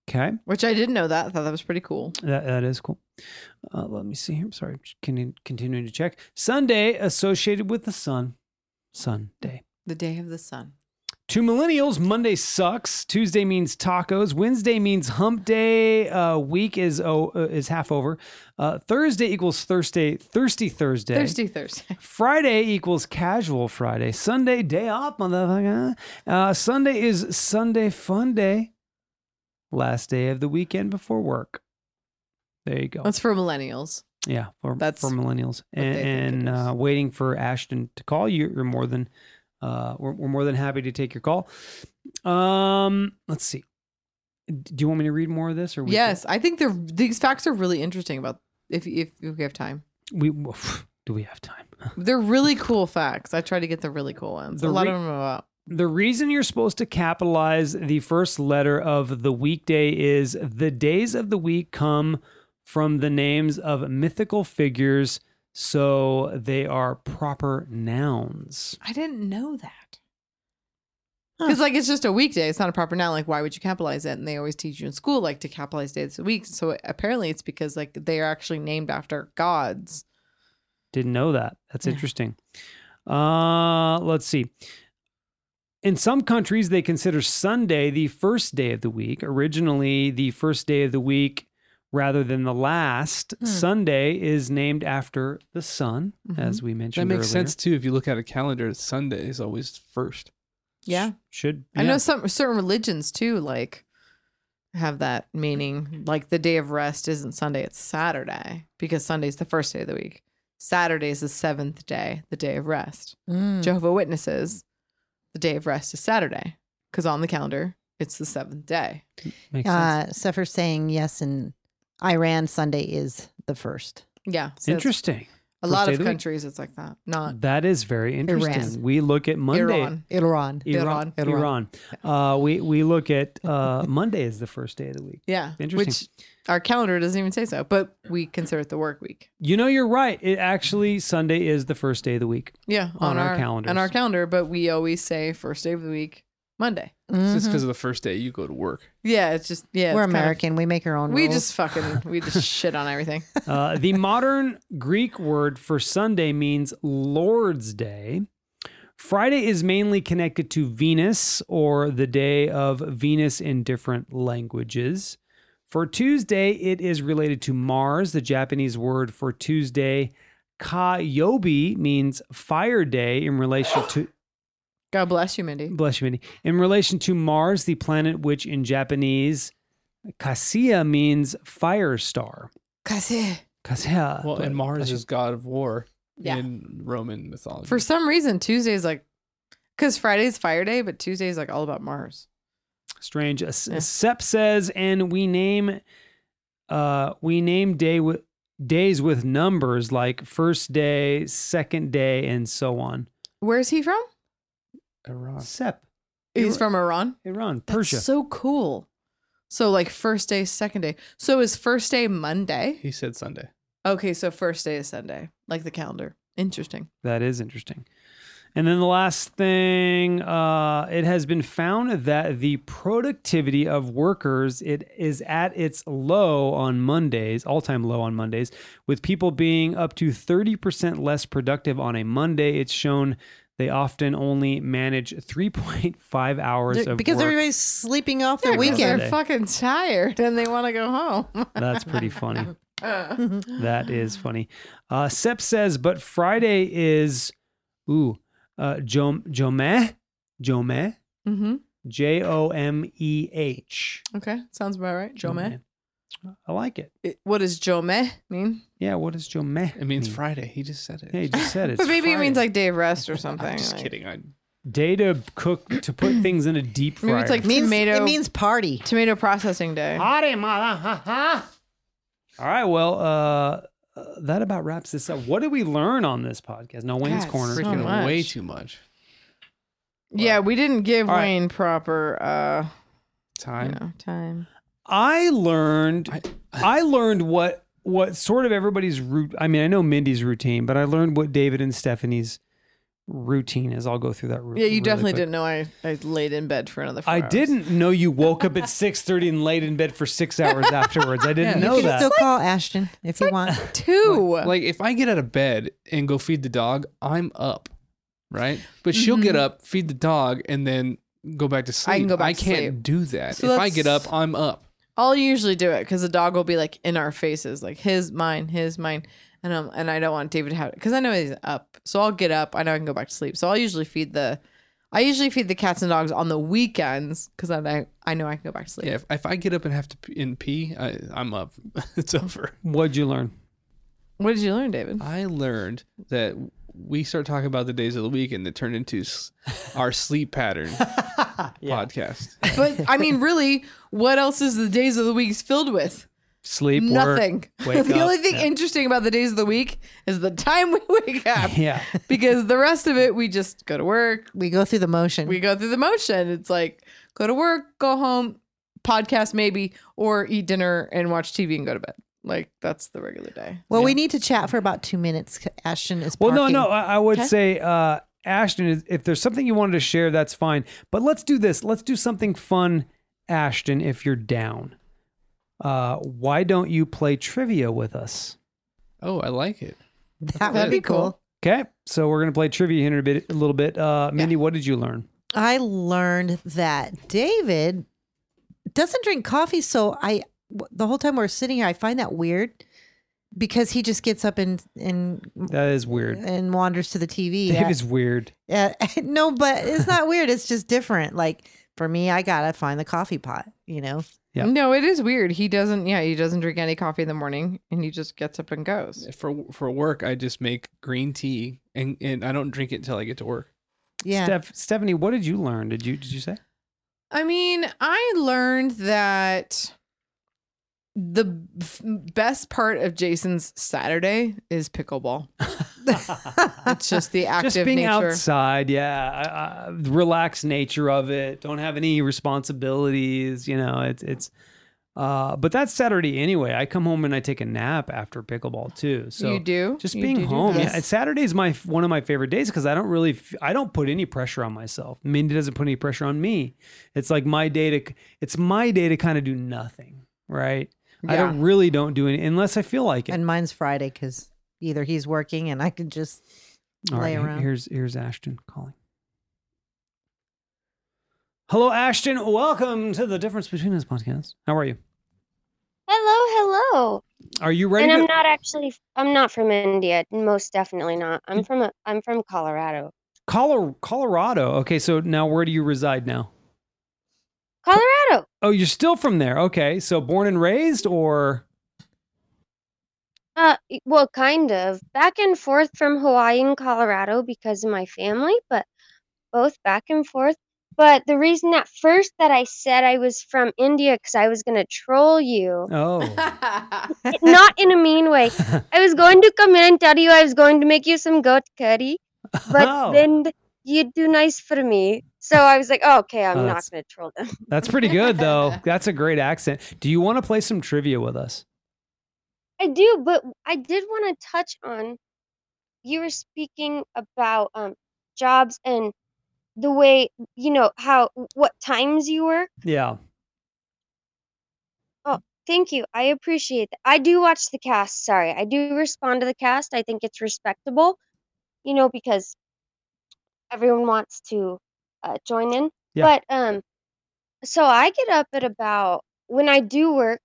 D: Okay,
B: Which I didn't know that. I thought that was pretty cool.
D: that, that is cool. Uh, let me see here. I'm sorry, I'm just con- continuing to check. Sunday, associated with the sun, Sunday.
B: The Day of the Sun.
D: To millennials, Monday sucks. Tuesday means tacos. Wednesday means hump day. Uh, week is oh, uh, is half over. Uh, Thursday equals Thursday. Thirsty Thursday.
B: Thursday, Thursday.
D: Friday equals casual Friday. Sunday day off, motherfucker. Uh, Sunday is Sunday fun day. Last day of the weekend before work. There you go.
B: That's for millennials.
D: yeah, for,
B: that's
D: for millennials.
B: they
D: And,
B: think
D: and
B: it is.
D: uh, waiting for Ashton to call you. You're more than uh, we're, we're more than happy to take your call. Um, let's see. D- Do you want me to read more of this, or we can-
B: Yes, I think they're, these facts are really interesting about if if you have time.
D: we do we have time?
B: They're really cool facts. I try to get the really cool ones.
D: The
B: a lot
D: re-
B: of them are about
D: The reason you're supposed to capitalize the first letter of the weekday is the days of the week come from the names of mythical figures, so they are proper nouns.
B: I didn't know that.
E: Huh.
B: Because like it's just a weekday, it's not a proper noun. Like why would you capitalize it? And they always teach you in school like to capitalize days of the week. So apparently it's because like they are actually named after gods.
D: Didn't know that. That's
B: Yeah.
D: interesting. Uh, let's see. In some countries, they consider Sunday the first day of the week. Originally, the first day of the week rather than the last.
E: Hmm.
D: Sunday is named after the sun,
B: Mm-hmm.
D: as we
C: Mm-hmm. That
D: mentioned.
C: makes
D: earlier.
C: sense too. If you look at a calendar, Sunday is always first.
B: Yeah.
D: Should
B: I know
D: yeah.
B: some certain religions too, like have that meaning. Like the day of rest isn't Sunday, it's Saturday. Because Sunday's the first day of the week. Saturday's the seventh day, the day of rest.
D: Hmm.
E: Mm.
B: Jehovah Witnesses, the day of rest is Saturday because on the calendar it's the seventh day.
D: Makes sense.
E: Uh, Suffer saying yes, and Iran Sunday is the first.
B: Yeah, so it's-
D: interesting.
B: A
D: First
B: lot
D: day
B: of
D: of the week.
B: countries it's like that. Not
D: That is very interesting.
E: Iran.
D: We look at Monday.
B: Iran.
E: Iran.
D: Iran.
E: Iran.
D: Iran. Uh, we we look at uh, Monday is the first day of the week.
B: Yeah,
D: Interesting.
B: Which our calendar doesn't even say so, but we consider it the work week.
D: You know, you're right. It actually Sunday is the first day of the week.
B: Yeah,
D: On our
B: On
D: calendars.
B: our calendar, but we always say first day of the week, Monday.
C: It's just
B: Mm-hmm.
E: Mhm.
C: because of the first day you go to work.
B: Yeah, it's just yeah. it's
E: We're
B: kind of-
E: American. we make our own.
B: we
E: rules.
B: just fucking we just shit on everything.
D: Uh, the modern Greek word for Sunday means Lord's Day. Friday is mainly connected to Venus or the day of Venus in different languages. For Tuesday, it is related to Mars. The Japanese word for Tuesday, Kayobi, means fire day in relation to
B: God bless you, Mindy.
D: bless you, Mindy. In relation to Mars, the planet which in Japanese Kasia means fire star.
B: Kasi.
D: Kasia.
C: Well, and Mars is god of war
B: Yeah.
C: in Roman mythology.
B: For some reason, Tuesday's like because Friday's Fire Day, but Tuesday's like all about Mars.
D: strange. A s-
B: Yeah.
D: Sep says, and we name, uh, we name day with days with numbers like first day, second day, and so on.
B: Where's he from?
C: Iran.
D: Sep,
B: He's from Iran.
D: Iran,
B: That's
D: Persia.
B: so cool. So like first day, second day. So is first day Monday?
C: He said Sunday.
B: Okay, so first day is Sunday, like the calendar. Interesting.
D: That is interesting. And then the last thing, uh, it has been found that the productivity of workers it is at its low on Mondays, all time low on Mondays, with people being up to thirty percent less productive on a Monday. It's shown they often only manage three point five hours
E: They're-
D: of
E: because
D: work.
E: everybody's sleeping off their
D: Yeah, 'cause
E: weekend.
B: They're fucking tired and they want to go home.
D: That's pretty funny.
B: Uh.
D: That
B: that
D: is funny. Uh, Sep says, but Friday is ooh, uh, jom jomeh jomeh.
B: Mm-hmm.
D: J O M E H.
B: Okay, sounds about right. Jome.
D: I like it.
B: It- What does Jome mean?
D: Yeah, what does Jome?
C: It means
D: mean?
C: Friday. He just said it.
D: Yeah, you just said it.
B: But maybe it means
D: Friday.
B: like day of rest or something.
C: I'm just
B: like-
C: kidding. I,
D: day to cook to put things in a deep fryer.
B: Maybe it's like
E: It means,
B: tomato.
E: it means party.
B: tomato processing day.
D: Howdy, mother. Ha, ha. All right, well, uh, uh, that about wraps this up. What did we learn on this podcast? No, Wayne's
B: God,
D: Corner.
B: so
C: freaking
B: much.
C: way too much
B: Yeah, we didn't give
D: All right.
B: Wayne proper uh, you
C: time.
B: know, time.
D: I learned
C: I-
D: I learned what what sort of everybody's root I mean, I know Mindy's routine, but I learned what David and Stephanie's routine is. I'll go through that route.
B: Yeah, you definitely didn't know I, I laid in bed for another. Four
D: I
B: hours.
D: didn't know you woke up at six thirty and laid in bed for six hours afterwards. I didn't
E: You
D: know
E: can
D: that.
E: still call Ashton if you want.
B: Two.
C: Like if I get out of bed and go feed the dog, I'm up, right? But she'll get up, feed the dog, and then Mm-hmm. go back to sleep.
B: I can go back to
C: can't
B: sleep.
C: do that.
B: So
C: if I
B: that's-
C: get up, I'm up.
B: I'll usually do it because the dog will be like in our faces, like his, mine, his, mine, and um, and I don't want David to have it because I know he's up. So I'll get up. I know I can go back to sleep. So I'll usually feed the, I usually feed the cats and dogs on the weekends because I I know I can go back to sleep.
C: Yeah, if, if I get up and have to pee, and pee, I, I'm up. it's over.
D: What'd you learn?
B: What did you learn, David?
C: I learned that we start talking about the days of the week and it turned into s- our sleep pattern podcast.
B: But I mean, really, what else is the days of the week filled with?
D: Sleep,
B: Nothing.
D: work, wake
B: the
D: up.
B: only thing
D: Yeah.
B: interesting about the days of the week is the time we wake up.
D: Yeah.
B: because the rest of it, we just go to work,
E: We go through the motion.
B: we go through the motion. It's like go to work, go home, podcast maybe, or eat dinner and watch TV and go to bed. Like that's the regular day.
E: well, we need to chat for about two minutes. 'cause Ashton is
D: Well, no,
E: barking.
D: no. I, I would
B: Okay.
D: say, uh, Ashton, is- if there's something you wanted to share, that's fine. But let's do this. Let's do something fun, Ashton, if you're down. Uh, why don't you play trivia with us?
C: Oh, I like it.
E: that
B: That'd
E: would be
B: be cool.
E: cool.
D: Okay. So we're going to play trivia here in a bit, a little bit. Uh, Mindy, what did you learn?
E: I learned that David doesn't drink coffee, so I w- the whole time we're sitting here, I find that weird because he just gets up and and
D: That is weird.
E: and wanders to the TV.
D: That is weird.
E: Uh, no, but it's not weird. It's just different. Like for me, I gotta find the coffee pot. You know,
D: Yeah.
B: No, it is weird. He doesn't. Yeah, he doesn't drink any coffee in the morning, and he just gets up and goes.
C: For for work, I just make green tea and, and I don't drink it until I get to work.
E: yeah.
D: Steph, Stephanie, what did you learn? Did you did you say?
B: I mean, I learned that the f- best part of Jason's Saturday is pickleball. It's just the active
D: Just being
B: nature.
D: outside, yeah, I, I, the relaxed nature of it. Don't have any responsibilities, you know. It's it's, uh, but that's Saturday anyway. I come home and I take a nap after pickleball too. So
B: you do
D: just
B: You
D: being
B: do do
D: home.
B: that.
D: Yeah, Saturday is my one of my favorite days because I don't really f- I don't put any pressure on myself. Mindy doesn't put any pressure on me. It's like my day to it's my day to kind of do nothing, right? I
B: Oh,
D: don't really don't do any unless I feel like it.
E: And mine's Friday because either he's working and I can just
D: All
E: lay
D: right, he-
E: around.
D: Here's here's Ashton calling. Hello, Ashton. Welcome to the Difference Between Us podcast. How are you?
F: Hello, hello.
D: Are you ready?
F: and I'm
D: to-
F: not actually I'm not from India, most definitely not. I'm
D: Mm.
F: from a, I'm from Colorado.
D: Color- Colorado. Okay, so now where do you reside now?
F: Colorado.
D: Oh, you're still from there. Okay, so born and raised, or
F: Uh y- well kind of back and forth from Hawaii and Colorado because of my family, but both back and forth. But the reason at first that I said I was from India cuz I was going to troll you.
D: oh,
F: it- not in a mean way. I was going to come in and tell you I was going to make you some goat curry, but
D: Oh.
F: then th- you'd do nice for me. So I was like, oh, okay, I'm
D: Oh,
F: not
D: that's-
F: going to troll them.
D: that's pretty good though. That's a great accent. Do you want to play some trivia with us?
F: I do, but I did want to touch on you were speaking about um, jobs and the way, you know, how what times you work.
D: Yeah.
F: Thank you. I appreciate that. I do watch the cast. Sorry. I do respond to the cast. I think it's respectable, you know, because everyone wants to uh, join in.
D: Yeah.
F: But um, so I get up at about when I do work,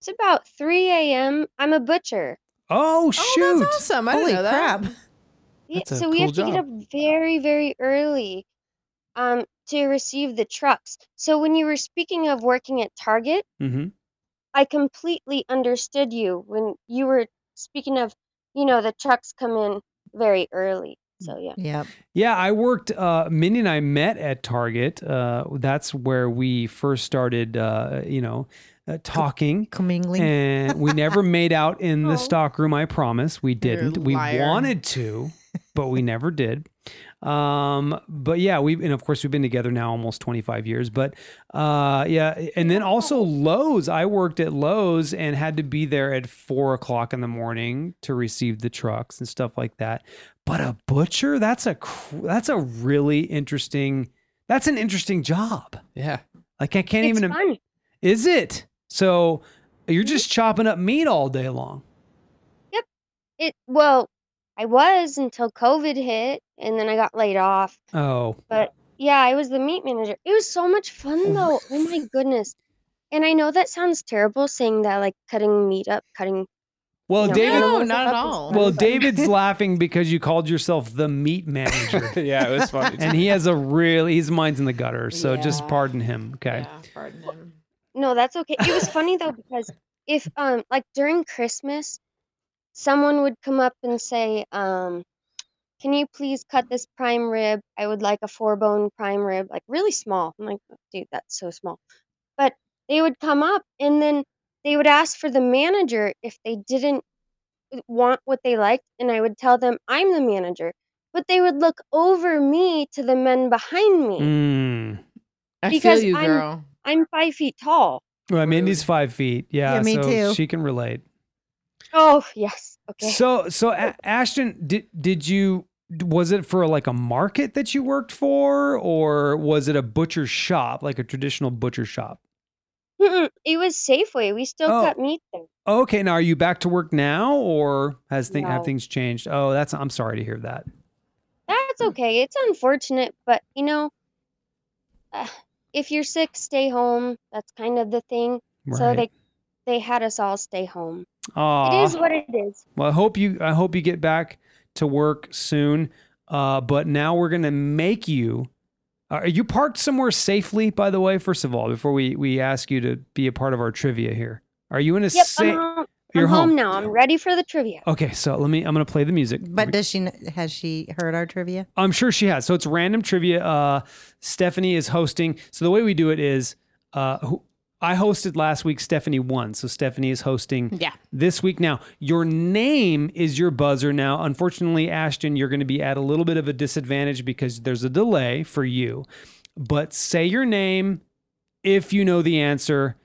F: it's about 3 a.m. I'm a butcher.
D: Oh shoot!
B: Oh, that's awesome! I
E: Holy
B: didn't know that.
E: crap!
F: Yeah,
D: That's a
F: so we
D: cool
F: have to get
D: job.
F: up very, very early um, to receive the trucks. So when you were speaking of working at Target,
D: hmm
F: I completely understood you when you were speaking of, you know, the trucks come in very early.
D: Mm.
F: So yeah.
E: Yep.
D: Yeah, I worked. Uh, Mindy and I met at Target. Uh, that's where we first started. Uh, you know, uh, talking.
E: Commingling.
D: And we never made out in the
F: Oh.
D: stockroom. I promise we didn't. We
B: liar.
D: wanted to, but we never did. Um, but yeah, we've and of course we've been together now almost 25 years. But uh, yeah, and then also Lowe's. I worked at Lowe's and had to be there at four o'clock in the morning to receive the trucks and stuff like that. But a butcher, that's a cr- that's a really interesting. That's an interesting job.
C: Yeah.
D: Like I can't
F: it's
D: even. im-
F: fun.
D: is it? So you're just chopping up meat all day long.
F: It well, I was until COVID hit and then I got laid off.
D: Oh,
F: Yeah, I was the meat manager. It was so much fun though. Oh my goodness. And I know that sounds terrible saying that, like cutting meat up, cutting.
D: Well,
F: No,
D: David.
F: no,
B: no, not at all.
D: Well,
F: But-
D: David's laughing because you called yourself the meat manager,
C: yeah, it was funny.
D: and he has a really his mind's in the gutter. So just
B: Yeah.
D: pardon him, okay?
B: Yeah, pardon him.
F: No, that's okay. It was funny though because if um like during Christmas, someone would come up and say, um, "Can you please cut this prime rib? I would like a four bone prime rib, like really small." I'm like, "Oh, "Dude, that's so small." But they would come up and then they would ask for the manager if they didn't want what they liked, and I would tell them, "I'm the manager." But they would look over me to the men behind me.
D: Mm.
B: I
F: Because
B: feel you,
F: I'm-
B: girl.
F: I'm five feet tall.
D: Well, Mindy's
B: Rude.
D: five feet. Yeah,
E: Yeah, me
D: so
E: too.
D: She can relate.
F: Oh yes, okay.
D: So, so A- Ashton, did did you was it for like a market that you worked for, or was it a butcher shop, like a traditional butcher shop?
F: Mm-mm, it was Safeway. We still
D: Oh.
F: cut meat there.
D: Okay, now are you back to work now, or has thing have
F: No.
D: things changed? Oh, that's I'm sorry to hear that. Mm.
F: That's okay. It's unfortunate, but you know, uh, if you're sick, stay home. That's kind of the thing. So they they had us all stay home.
D: Aw.
F: It is what it is.
D: Well, I hope you I hope you get back to work soon. Uh, but now we're gonna make you. Are you parked somewhere safely? By the way, first of all, before we we ask you to be a part of our trivia here, are you in a
F: Yep,
D: safe?
F: I'm home.
D: You're
F: I'm home. now. I'm ready for the trivia.
D: Okay, so let me. I'm gonna play the music.
E: But does she? kn- Has she heard our trivia?
D: I'm sure she has. So it's random trivia. Uh, Stephanie is hosting. So the way we do it is, uh, who, I hosted last week. Stephanie won, so Stephanie is hosting
B: Yeah.
D: this week. Now your name is your buzzer. Now, unfortunately, Ashton, you're going to be at a little bit of a disadvantage because there's a delay for you. But say your name if you know the answer.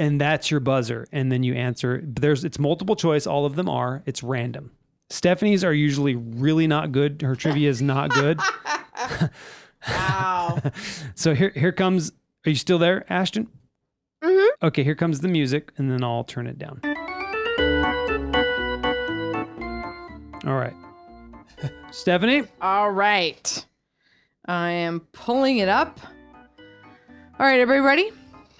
D: And that's your buzzer, and then you answer. There's it's multiple choice. All of them are. It's random. Stephanie's are usually really not good. Her trivia is not good.
B: Wow.
D: so here here comes are you still there, Ashton?
F: Mhm.
B: Mm-hmm.
D: Okay, here comes the music and then I'll turn it down. All right. Stephanie?
B: All right. I am pulling it up. All right, everybody ready?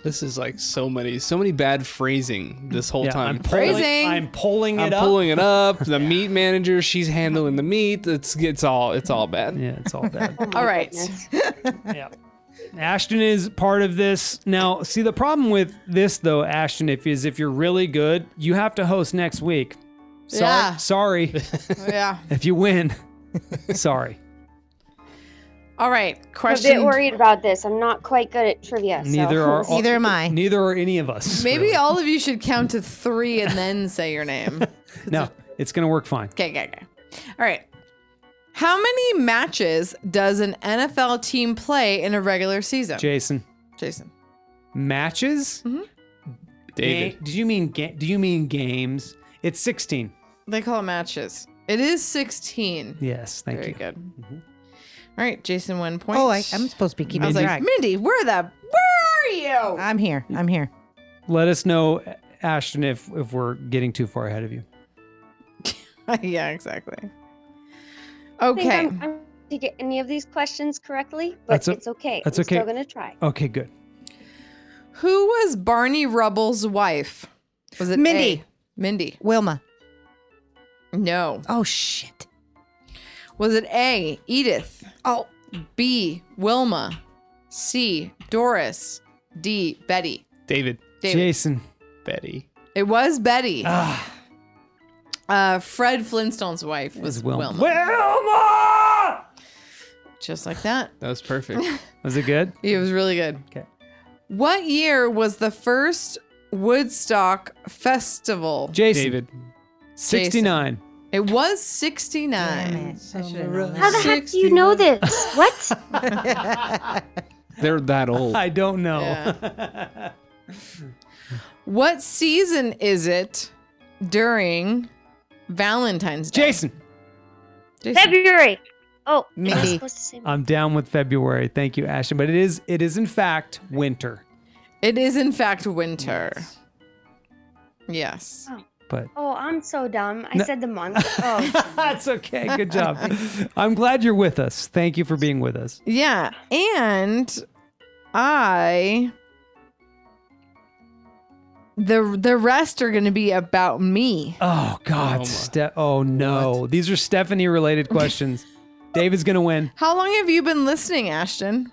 C: This is like so many, so many bad phrasing this whole
D: Yeah,
C: time.
D: I'm pulling,
B: Phrasing.
D: I'm pulling it
C: I'm
D: up.
C: pulling it up. The meat manager, she's handling the meat. It's it's all it's all bad.
D: Yeah, it's all bad.
F: Oh my
B: All right.
F: goodness.
D: yeah. Ashton is part of this. Now, see the problem with this though, Ashton, if is if you're really good, you have to host next week. Sorry.
B: Yeah.
D: Sorry.
B: yeah.
D: if you win. Sorry.
B: All right.
F: I'm a
B: Question.
F: bit worried about this. I'm not quite good at trivia. so-
D: Neither are
F: Oh,
D: all-
E: Neither am I.
D: Neither are any of us.
B: Maybe
D: really.
B: all of you should count to three and then say your name.
D: No, it's gonna work fine.
B: Okay, okay, okay. All right. How many matches does an NFL team play in a regular season?
D: Jason,
B: Jason.
D: matches?
C: David.
D: Ga- do you mean ga- do you mean games? It's 16.
B: They call it matches. It is 16.
D: Yes, thank
B: Very
D: you.
B: good. All right, Jason, one point.
E: Oh, I, I'm supposed to be
B: I
E: keeping
B: was like,
E: track.
B: Mindy, where the where are you?
E: I'm here. I'm here.
D: Let us know, Ashton, if if we're getting too far ahead of you.
B: yeah, exactly.
F: I think
B: Okay.
F: I'm, I'm to get any of these questions correctly, but
D: That's o-
F: it's okay.
D: that's
F: I'm
D: okay.
F: Still gonna try.
D: Okay, good.
B: Who was Barney Rubble's wife? Was it
E: Mindy.
B: A, Mindy.
E: Wilma.
B: No.
E: Oh shit.
B: Was it A, Edith? Oh. B, Wilma. C, Doris. D, Betty.
C: David.
B: David.
D: Jason.
C: Betty.
B: It was Betty.
D: Ah,
B: Uh, Fred Flintstone's wife was
D: it's Wilma.
B: Wilma.
D: Wilma!
B: Just like that.
C: That was perfect.
D: Was it good?
B: It was really good.
D: Okay.
B: What year was the first Woodstock festival?
D: Jason.
C: David.
D: 69.
B: It was 69.
E: Damn it. I should've known
F: How the heck do you know this? What?
E: that.
C: They're that old.
D: I don't know.
B: What season is it during Valentine's Day?
D: Jason.
B: Jason.
F: February. Oh, am I
E: Mindy.
F: supposed to say
D: I'm down with February. Thank you, Ashton. But it is it is in fact winter.
B: It is, in fact, winter. Yes.
F: Oh.
D: But
F: Oh, I'm so dumb. I
D: No.
F: said the month. Oh,
D: that's okay. Good job. I'm glad you're with us. Thank you for being with us.
B: Yeah, and I the the rest are going to be about me.
D: Oh God,
C: Oh, my.
D: Ste- oh no, these are Stephanie related questions. David's gonna win.
B: How long have you been listening, Ashton?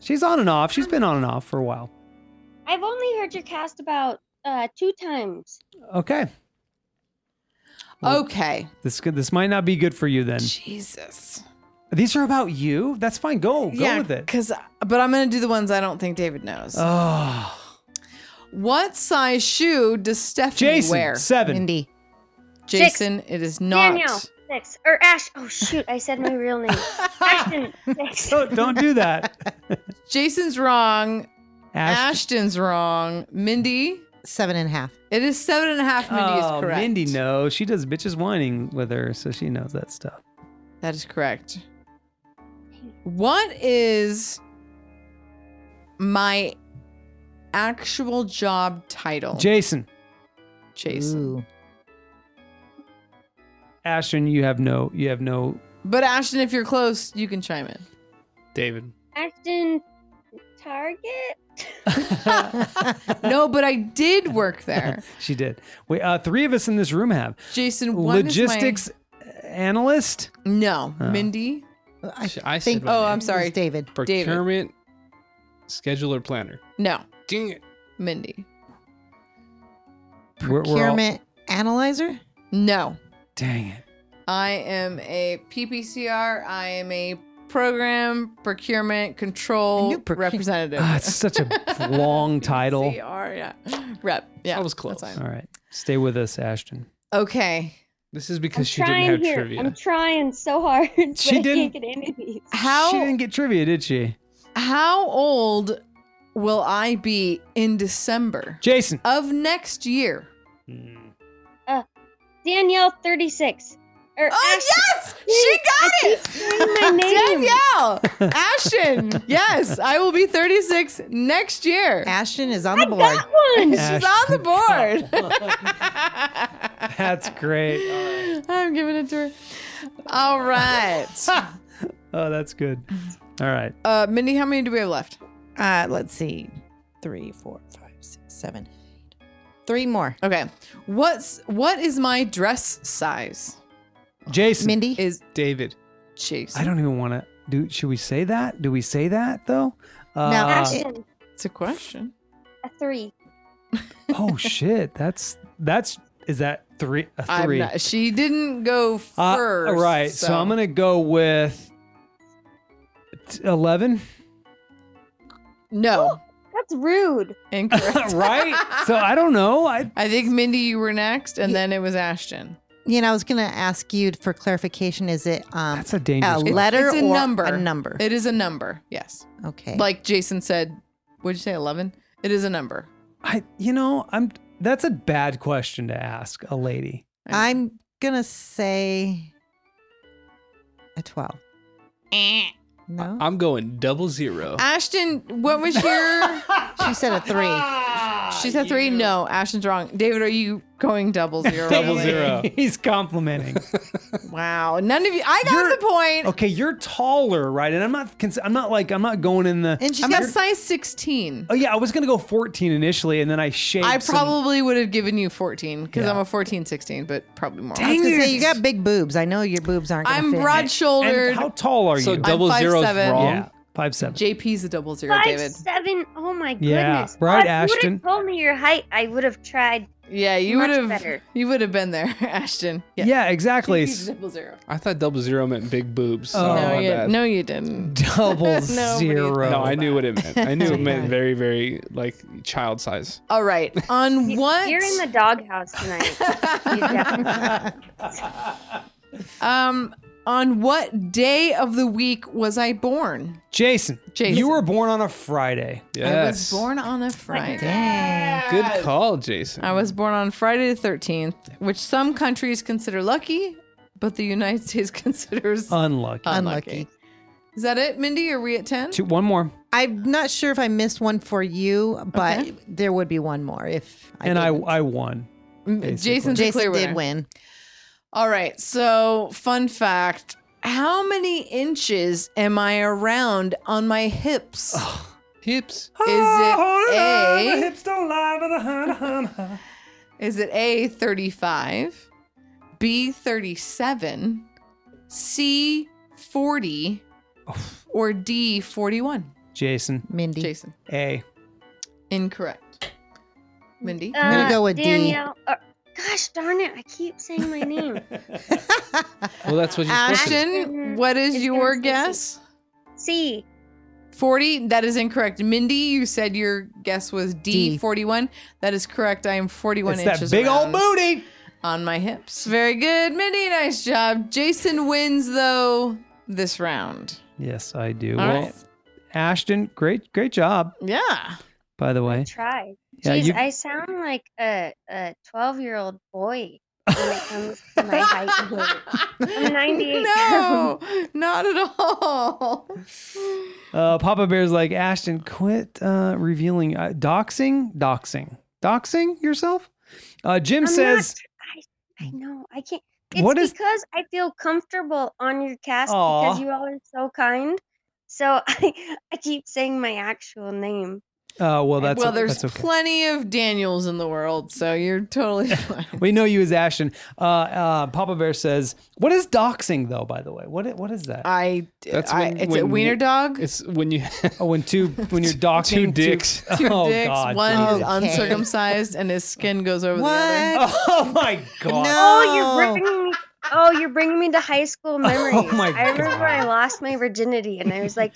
D: She's on and off. She's been on and off for a while.
F: I've only heard your cast about uh, two times.
D: Okay, Well-
B: Okay.
D: this could, this might not be good for you then.
B: Jesus.
D: These are about you. That's fine. Go go
B: yeah,
D: with it.
B: cuz but I'm going to do the ones I don't think David knows.
D: Oh,
B: what size shoe does Stephanie
D: Jason
B: wear?
D: seven.
E: Mindy.
B: Jason, it is not.
F: Danielle, six. Or Ash. Oh, shoot. I said my real name. Ashton, six.
D: Don't, don't do that.
B: Jason's wrong.
D: Ash.
B: Ashton's wrong. Mindy,
E: Seven and a half.
B: it is seven and a half. Mindy
D: Oh,
B: is correct.
D: Mindy knows. She does bitches whining with her, so she knows that stuff.
B: That is correct. What is my actual job title?
D: Jason,
B: Jason.
E: Ooh.
D: Ashton, you have no, you have no.
B: But Ashton, if you're close, you can chime in.
C: David.
F: Ashton, Target?
B: No, but I did work there.
D: she did. We uh, three of us in this room have
B: Jason, one is my-
D: logistics analyst.
B: no,
D: Oh.
B: Mindy.
E: I
C: Sh- I
E: think
C: said my
B: Oh,
C: name.
B: I'm sorry.
E: It's David.
B: David.
C: procurement scheduler planner.
B: No,
C: Dang it.
B: Mindy.
D: We're- we're all-
E: Procurement analyzer.
B: No,
D: dang it.
B: I am a PPCR. I am a program procurement
E: I
B: control
E: knew procure-
B: representative.
D: Ah, it's such a long title.
B: PCR, yeah. Rep. Yeah.
C: I was
B: that's
C: close.
B: fine.
D: All right, stay with us, Ashton.
B: Okay.
C: This is
F: I'm
C: because she didn't
F: trying
C: have
F: here.
C: trivia.
F: I'm trying so hard. But
D: She
F: I
D: didn't-
F: can't get any of these.
D: she
B: How
D: didn't get trivia, did she?
B: how old will I be in December
D: Jason.
B: of next year?
C: Hmm.
F: Danielle, 36. Or
B: Oh
F: Ashton.
B: yes, she got
F: it!
B: it. Danielle, Ashton. Yes, I will be 36 next year.
E: Ashton is on
F: I
E: the board.
F: got one!
B: She's
D: Ashton.
B: on the board.
D: That's great.
B: I'm giving it to her. All right,
D: Oh, that's good. All right.
B: uh, Mindy. How many do we have left?
E: Uh, let's see. Three, four, five, six, seven, eight. Three more.
B: Okay. What's what is my dress size?
D: Jason.
E: Mindy.
B: Is
C: David.
B: Jason?
D: I don't even want to do should we say that? Do we say that though? Uh,
E: Now, Ash-
F: Ashton,
B: It's a question.
F: a three.
D: oh shit, that's that's is that 3 a
B: I'm
D: 3.
B: not- she didn't go
D: Uh,
B: first.
D: all right. So, I'm going to go with t- 11,
B: No,
F: That's rude.
B: incorrect.
D: right? so I don't know. I
B: I think Mindy, you were next, and then it was Ashton.
E: You know, I was gonna ask you for clarification. Is it um
D: That's a
E: a
D: dangerous. word.
E: letter
B: It's a
E: or
B: number.
E: a number?
B: It is a number. Yes.
E: okay.
B: Like Jason said, would you say 11? It is a number.
D: I you know, I'm that's a bad question to ask a lady.
E: I'm gonna say a twelve.
B: Eh.
E: No,
B: Uh,
C: I'm going double zero.
B: Ashton, what was your?
E: she said a three.
B: she said three. No, Ashton's wrong. David, are you going double zero?
C: Double zero.
D: He's complimenting.
B: Wow. None of you. I got
D: You're-
B: the point.
D: okay, you're taller, right? And I'm not cons- I'm not like I'm not going in the
E: And she's
B: I'm
E: got
B: a size 16.
D: Oh yeah, I was gonna go 14 initially, and then I shaved.
B: I
D: some-
B: probably would have given you 14 because
D: Yeah.
B: I'm a 14, 16, but probably more.
E: I
D: Dang
E: was gonna
D: it!
E: say you got big boobs. I know your boobs aren't. Gonna
B: I'm
E: fit.
B: broad
D: And
B: shouldered.
D: how tall are you?
C: So double
B: five
C: zero's
B: seven.
C: wrong.
D: yeah, five seven.
B: JP's a double zero,
F: Five,
B: David.
F: seven. Oh my
D: Yeah,
F: goodness.
D: right,
F: if you
D: Ashton?
F: would've told me your height, I would have tried.
B: Yeah, you would
F: Much
B: have.
F: better.
B: You would have been there, Ashton.
D: yeah. exactly.
B: JP's double zero.
C: I thought double zero meant big boobs. So
D: Oh,
B: no,
C: my
B: you,
C: bad.
B: no, you didn't.
D: double
B: Nobody
D: zero.
C: No, I knew what it meant. I knew it meant
E: Yeah.
C: very, very like child size.
B: All right. On
F: You-
B: what?
F: You're in the doghouse tonight.
B: um. On what day of the week was I born?
D: Jason,
B: Jason.
D: you were born on a Friday.
C: Yes.
B: I was born on a Friday.
E: Dang.
C: Good call, Jason.
B: I was born on Friday the 13th, which some countries consider lucky, but the United States considers
C: Uh,
D: Unlucky.
E: Uh,
B: unlucky.
E: Unlucky.
B: Is that it, Mindy? Are we at 10?
D: Two, one more,
E: I'm not sure if I missed one for you, but
B: Okay.
E: there would be one more if. I
D: and I
E: didn't.
D: I won.
B: Mm, Jason's a clear winner.
E: Jason did win.
B: All right. So, fun fact how many inches am I around on my hips?
C: Hips.
B: it A?
D: Ah, The hips don't lie, but the hun- hun- hun.
B: Is it A, 35, B, 37, C, 40, or D, 41?
D: Jason,
E: Mindy.
B: Jason.
D: A.
B: Incorrect. Mindy?
E: I'm gonna
F: Uh,
E: go with D.
F: Danielle. uh, gosh darn it! I keep saying my name.
C: Well, that's what you're supposed to do.
B: Ashton, what is
F: It's
B: your
F: gonna be
B: guess?
F: C.
B: 40? That is incorrect. Mindy, you said your guess was D,
E: D.
B: 41. That is correct. I am 41
D: It's that
B: inches
D: big old
B: around
D: booty.
B: on my hips. Very good, Mindy. Nice job. Jason wins, though, this round.
D: Yes, I do.
B: All
D: well,
B: right.
D: Ashton, great, great job.
B: Yeah.
D: By the way,
F: Try.
D: Yeah,
F: Jeez,
D: you-
F: I sound like a a twelve year old boy when it comes to my height and weight. I'm 98.
B: No, not at all.
D: uh, Papa Bear's like Ashton, quit uh, revealing uh, doxing, doxing, doxing yourself. Uh, Jim
F: I'm
D: says,
F: not, I, I know. I can't. It's
D: What is-
F: because I feel comfortable on your cast
D: Aw.
F: because you all are so kind. So I, I keep saying my actual name.
D: uh, "Well, that's
B: well, there's
D: that's okay.
B: plenty of Daniels in the world, so you're totally fine.
D: we know you as Ashton." Uh, uh, Papa Bear says, "What is doxing, though? By the way, what i- what is that?
B: I,
C: That's
B: I-
C: when-
B: it's a
C: when
B: wiener
C: you-
B: dog.
C: It's when you.
D: oh, when two when you're doxing
C: dicks.
B: Two
D: two, oh,
B: dicks.
D: God,
B: one is
D: Jesus.
E: Okay.
B: uncircumcised, and his skin goes over the other.
E: What?
D: Oh my God!
E: No.
F: Oh, you're bringing me. Oh, you're bringing me to high school memories.
D: Oh my
F: I remember I
D: God.
F: lost my virginity, and I was like,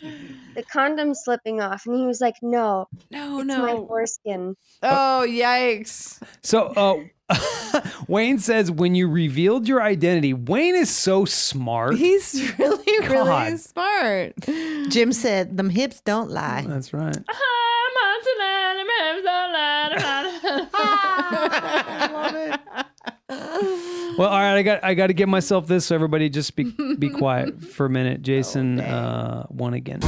F: the condom slipping off, and he was like, "No,
B: No,
F: it's my
B: no.
F: foreskin."
B: Oh, yikes!
D: So, uh, Wayne says, when you revealed your identity, Wayne is so smart.
B: He's really, really
D: God.
B: smart.
E: Jim said, "Them hips don't lie."
D: That's right. Well, all right, I got I got to give myself this, so everybody just be be quiet for a
E: Oh,
D: minute. Jason uh, won again.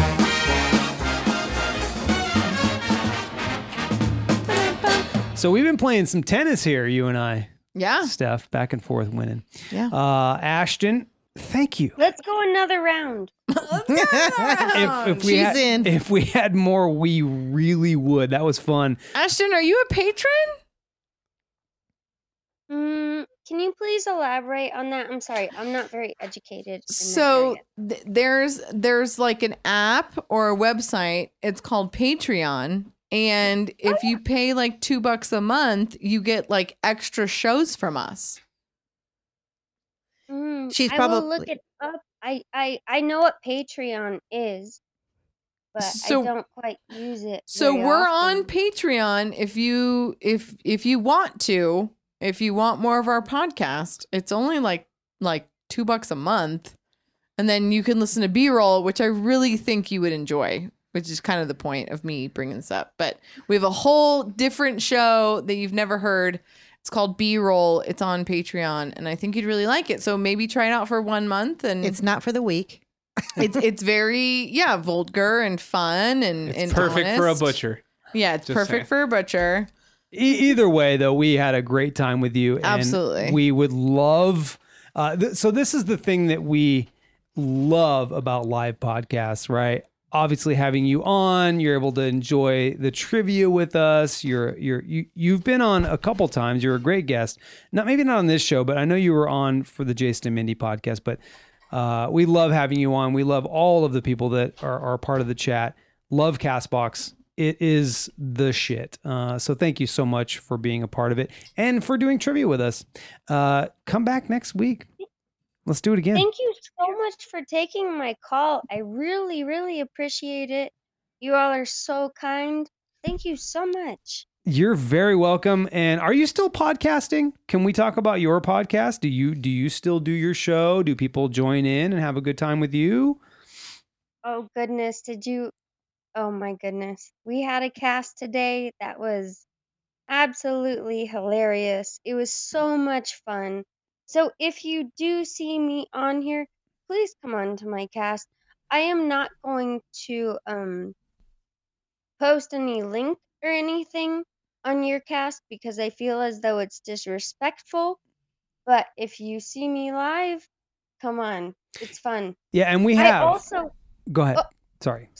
D: So we've been playing some tennis here, you and I,
E: Ah.
B: yeah,
D: Steph, back and forth winning.
B: yeah.
D: Uh, Ashton, thank you.
F: Let's go another round.
D: If, if we
E: Oh, She's
D: had,
E: in.
D: if we had more, we really would. That was fun.
B: Ashton, are you a patron?
F: Mm, can you please elaborate on that? I'm sorry, I'm not very educated. in that
B: so
F: area.
B: th- there's there's like an app or a website it's called patreon
F: Oh,
B: and if you pay like two bucks a month you get like extra shows from us
F: Mm,
E: she's
F: I will look
E: probably-
F: it up. I I I know what Patreon is, but
B: So-
F: I don't quite use it.
B: so
F: very
B: we're on
F: often.
B: patreon if you if if you want to if you want more of our podcast it's only like like two bucks a month and then you can listen to b-roll which i really think you would enjoy which is kind of the point of me bringing this up but we have a whole different show that you've never heard it's called b-roll it's on patreon and i think you'd really like it so maybe try it out for one month
D: Mm-hmm.
B: and
E: It's not for the weak.
B: it's it's very yeah vulgar and fun and,
C: It's
B: and
C: perfect for a
B: honest.
C: butcher.
B: Yeah, it's
C: Just
B: perfect
C: saying.
B: for a butcher.
D: E- either way, though, we had a great time with you. and
B: Absolutely.
D: We would love. Uh, th- so, this is the thing that we love about live podcasts, right? Obviously, having you on, you're able to enjoy the trivia with us. You're you're you you've been on a couple times. You're a great guest. Not maybe not on this show, but I know you were on for the Jason and Mindy podcast. But uh, we love having you on. We love all of the people that are, are part of the chat. Love Castbox. It is the shit. Uh, so thank you so much for being a part of it and for doing trivia with us. Uh, come back next week. Let's do it again.
F: Thank you so much for taking my call. I really, really appreciate it. You all are so kind. Thank you so much.
D: You're very welcome. And are you still podcasting? Can we talk about your podcast? Do you do you still do your show? Do people join in and have a good time with you?
F: Oh goodness, did you? Oh my goodness. We had a cast today that was absolutely hilarious. It was so much fun. So if you do see me on here, please come on to my cast. I am not going to um post any link or anything on your cast because I feel as though it's disrespectful. But if you see me live, come on, it's fun.
D: Yeah, and we
F: I
D: have.
F: also
D: Go ahead.
F: Oh.
D: Sorry.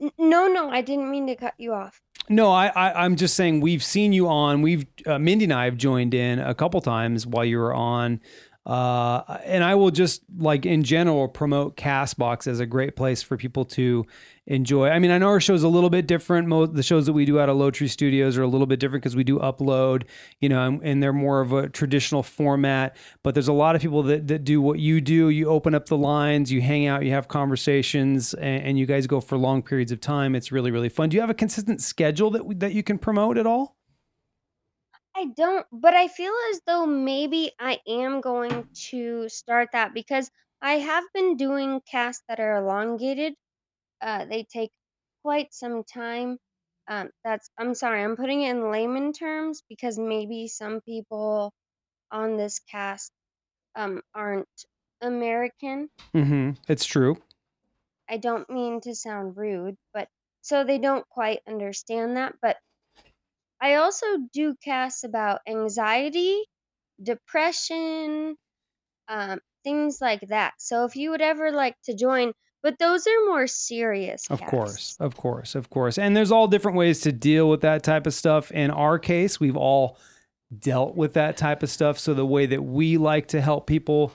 F: n- no, no, I didn't mean to cut you off.
D: No, I, I I'm just saying we've seen you on. We've uh, Mindy and I have joined in a couple times while you were on. Uh, and I will just like in general promote Castbox as a great place for people to enjoy. I mean, I know our show's a little bit different. Mo- the shows that we do out of Low Tree Studios are a little bit different because we do upload, you know, and, and they're more of a traditional format. But there's a lot of people that, that do what you do. You open up the lines, you hang out, you have conversations, and, and you guys go for long periods of time. It's really, really fun. Do you have a consistent schedule that, we- that you can promote at all?
F: I don't, but I feel as though maybe I am going to start that because I have been doing casts that are elongated. Uh, they take quite some time. Um, that's I'm sorry, I'm putting it in layman terms because maybe some people on this cast um, aren't American.
D: Mm-hmm. It's true.
F: I don't mean to sound rude, but so they don't quite understand that. But I also do casts about anxiety, depression, um, things like that. So if you would ever like to join, but those are more serious.
D: Of
F: casts.
D: course, of course, of course. And there's all different ways to deal with that type of stuff. In our case, we've all dealt with that type of stuff. So the way that we like to help people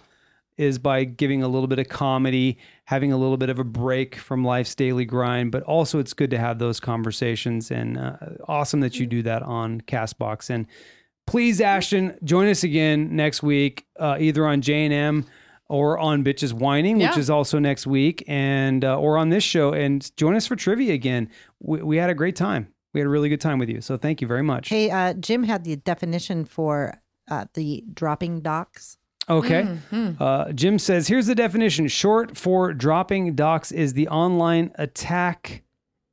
D: is by giving a little bit of comedy, having a little bit of a break from life's daily grind, but also it's good to have those conversations and uh, awesome that you do that on Castbox and please Ashton, join us again next week uh, either on J&M or on Bitches Whining, which
B: Yeah.
D: is also next week, and uh, or on this show, and join us for trivia again. We, we had a great time. We had a really good time with you. So thank you very much.
E: Hey, uh, Jim had the definition for uh, the dropping docs.
D: Okay.
B: Mhm.
D: Uh, Jim says, here's the definition short for dropping docs is the online attack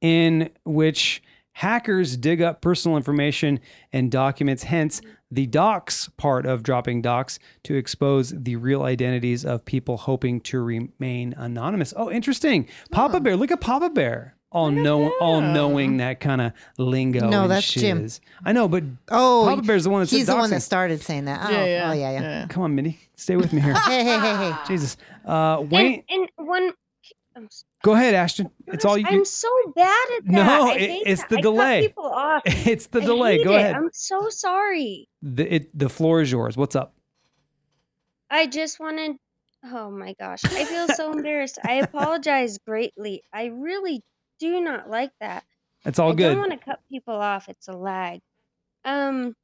D: in which hackers dig up personal information and documents, hence the docs part of dropping docs to expose the real identities of people hoping to remain anonymous. Oh, interesting. Papa Bear, look at Papa Bear. All know, all knowing that kind of lingo.
E: No,
D: and
E: that's Jim.
D: shiz. I know, but
E: Oh,
D: Papa Bear's the one that said
E: he's the one
D: doxing.
E: that started saying that. Oh,
B: Yeah, yeah,
E: oh, yeah, yeah.
D: Come on, Mindy, stay with me here.
E: Hey, hey, hey,
F: Ah.
E: hey.
D: Jesus, uh, Wayne.
F: And, and one, I'm, s-
D: Go ahead, Ashton. It's all you.
F: I'm so bad at that.
D: No,
F: I
D: it-
F: hate
D: it's
F: that.
D: the
F: I cut
D: delay.
F: people off.
D: It's the
F: I
D: delay.
F: hate
D: Go
F: it.
D: ahead.
F: I'm so sorry.
D: The it, the floor is yours. What's up?
F: I just wanted. Oh my gosh. I feel so embarrassed. I apologize greatly. I really do not like that.
D: It's all
F: I
D: good.
F: don't want to cut people off. It's a lag. Um.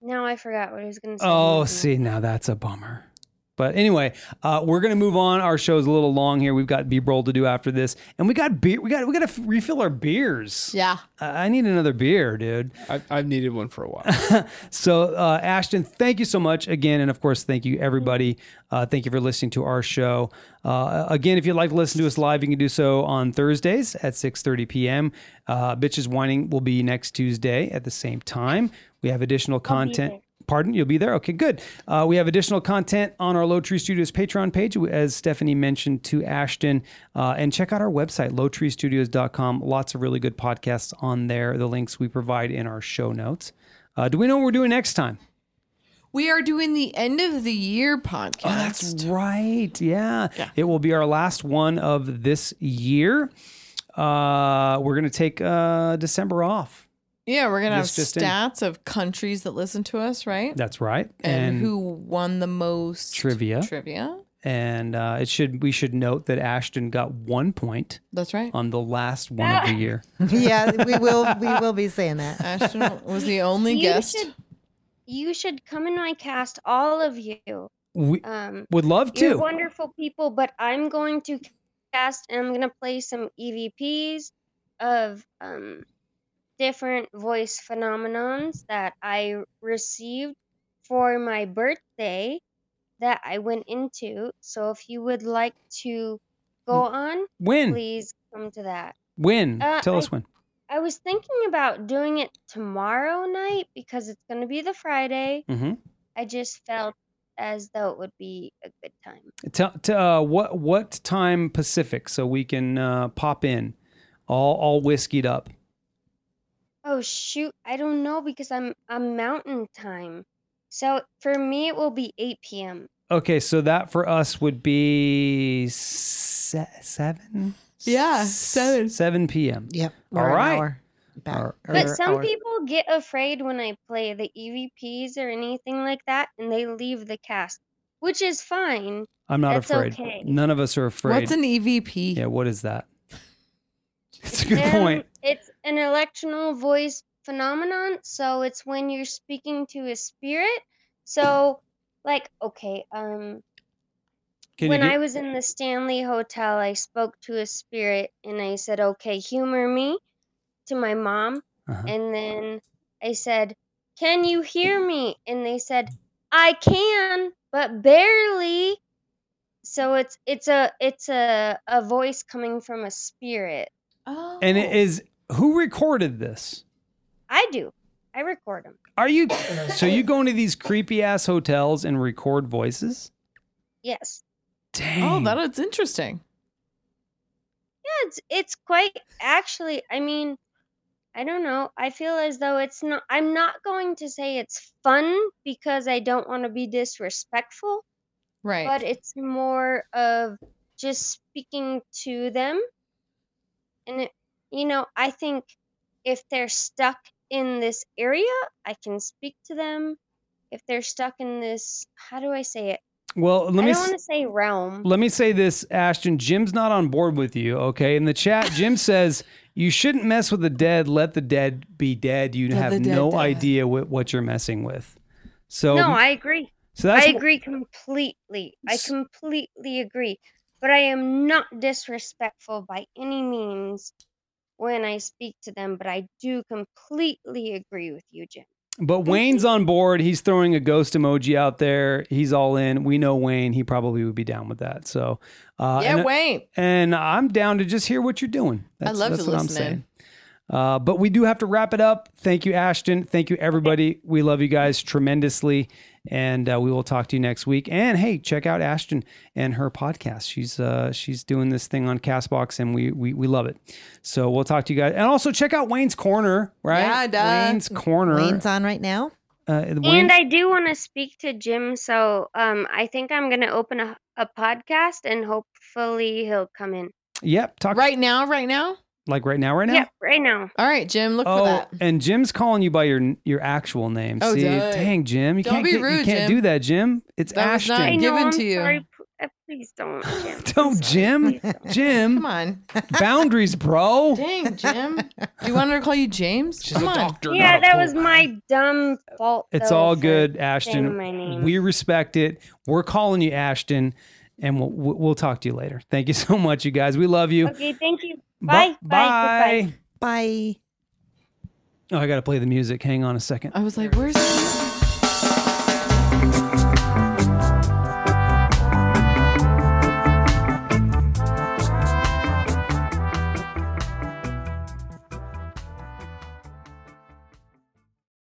F: Now I forgot what I was going to
D: Oh,
F: say. Hold on.
D: see, now that's a bummer. But anyway, uh, we're gonna move on. Our show's a little long here. We've got B roll to do after this, and we got beer. We got we got to f- refill our beers.
B: Yeah.
D: I I need another beer, dude.
C: I, I've needed one for a while.
D: so, uh, Ashton, thank you so much again. And of course, thank you, everybody. Uh, thank you for listening to our show. Uh, again, if you'd like to listen to us live, you can do so on Thursdays at 6.30 p.m. Uh, Bitches Whining will be next Tuesday at the same time. We have additional content.
F: there.
D: Pardon, you'll be there. Okay, good. Uh, we have additional content on our Low Tree Studios Patreon page, as Stephanie mentioned to Ashton. Uh, and check out our website, lowtreestudios.com. Lots of really good podcasts on there. The links we provide in our show notes. Uh, do we know what we're doing next time?
B: We are doing the end of the year podcast.
D: Oh, that's right. Yeah. It will be our last one of this year. Uh, we're going to take uh, December off.
B: yeah, we're gonna have
D: This just in.
B: stats of countries that listen to us, right?
D: That's right.
B: and, who won the most
D: Trivia.
B: Trivia.
D: And uh, it should we should note that Ashton got one point
B: That's right.
D: on the last one of the year.
E: yeah, we will we will be saying that.
B: Ashton was the only
F: You
B: guest.
F: should- You should come in my cast, all of you.
D: We
F: Um,
D: would love
F: you're
D: to.
F: wonderful people, but I'm going to cast and I'm going to play some EVPs of um, different voice phenomenons that I received for my birthday that I went into. So if you would like to go on,
D: When?
F: please come to that.
D: When?
F: Uh,
D: Tell
F: I-
D: us when.
F: I was thinking about doing it tomorrow night because it's going to be the Friday.
D: Mhm.
F: I just felt as though it would be a good time.
D: Tell t- uh, what what time Pacific so we can uh, pop in all all whiskeyed up.
F: Oh shoot, I don't know because I'm I'm mountain time. So for me it will be 8 p.m.
D: Okay, so that for us would be se- seven.
B: Yeah,
D: S-
B: seven.
D: Seven p.m.
E: Yep.
D: All right.
E: back.
D: All
F: But
D: right.
F: some
D: Or-
F: people get afraid when I play the EVPs or anything like that and they leave the cast, which is fine.
D: I'm not
F: That's
D: afraid.
F: okay.
D: None of us are afraid.
B: What's an E EVP?
D: yeah, what is that? It's a good
F: Um,
D: point.
F: It's an electional voice phenomenon, so it's when you're speaking to a spirit. So like okay, um
D: Can
F: when
D: you
F: I
D: do-
F: was in the Stanley Hotel, I spoke to a spirit and I said, "Okay, humor me," to my mom,
D: Uh-huh.
F: and then I said, "Can you hear me?" And they said, "I can, but barely." So it's it's a it's a a voice coming from a spirit.
B: Oh.
D: and it is who recorded this?
F: I do. I record them.
D: Are you so you go into these creepy ass hotels and record voices?
F: Yes.
D: Dang.
B: Oh, that is interesting.
F: Yeah, it's it's quite actually, I mean, I don't know. I feel as though it's not I'm not going to say it's fun because I don't want to be disrespectful.
B: Right.
F: but it's more of just speaking to them and it, you know i think if they're stuck in this area i can speak to them if they're stuck in this how do i say it
D: well, let
F: i
D: me s-
F: don't want to say realm
D: Let me say this, Ashton. Jim's not on board with you, okay? In the chat, Jim says you shouldn't mess with the dead. Let the dead be dead. You
B: Let
D: have
B: the dead
D: no
B: die.
D: idea what, what you're messing with. So,
F: no i agree
D: so that's
F: i agree completely i
D: S-
F: completely agree but i am not disrespectful by any means when i speak to them but i do completely agree with you jim
D: But Wayne's on board. He's throwing a ghost emoji out there. He's all in. We know Wayne. He probably would be down with that. So, uh,
B: yeah,
D: and,
B: Wayne.
D: and I'm down to just hear what you're doing.
B: I'd
D: That's,
B: love
D: that's
B: to
D: what I'm
B: listen in.
D: saying. Uh, but we do have to wrap it up. Thank you, Ashton. Thank you, everybody. We love you guys tremendously. And uh, we will talk to you next week. And hey, check out Ashton and her podcast. She's uh, she's doing this thing on Castbox, and we, we we love it. So we'll talk to you guys. And also check out Wayne's Corner, right?
B: Yeah, duh.
D: Wayne's Corner.
E: Wayne's on right now.
D: Uh, Wayne-
F: And I do want to speak to Jim, so um, I think I'm going to open a, a podcast and hopefully he'll come in.
D: Yep. Talk
B: Right now, right now.
D: like right now, right now.
F: Yep, right now.
B: All right, Jim, look for
D: Oh,
B: that.
D: and Jim's calling you by your your actual name.
B: Oh,
D: See,
B: duh.
D: dang, Jim, you
B: Don't
D: can't
B: be
D: get- you
B: rude,
D: can't
B: Jim.
D: do that, Jim. It's
B: That was
D: Ashton.
B: not
F: I know,
B: given
F: I'm
B: to you.
F: sorry. P- uh, Please don't, Jim. I'm
D: Don't,
F: sorry.
D: Jim.
F: Please don't.
B: Come
D: Jim,
B: on.
D: boundaries, bro.
B: Dang, Jim. Do you want her to call you James?
C: She's
B: Come
C: a
B: on.
C: doctor. not
F: Yeah,
C: a
F: that was
C: pool.
F: my dumb fault.
D: It's
F: though,
D: all
F: for
D: good,
F: saying
D: Ashton.
F: My name.
D: We respect it. We're calling you Ashton, and we'll we'll we'll talk to you later. Thank you so much, you guys. We love you.
F: okay, thank you.
D: Bu-
F: Bye. Bye.
D: Bye.
F: Goodbye.
E: Bye.
D: Oh, I gotta play the music. Hang on a second.
B: I was like, where's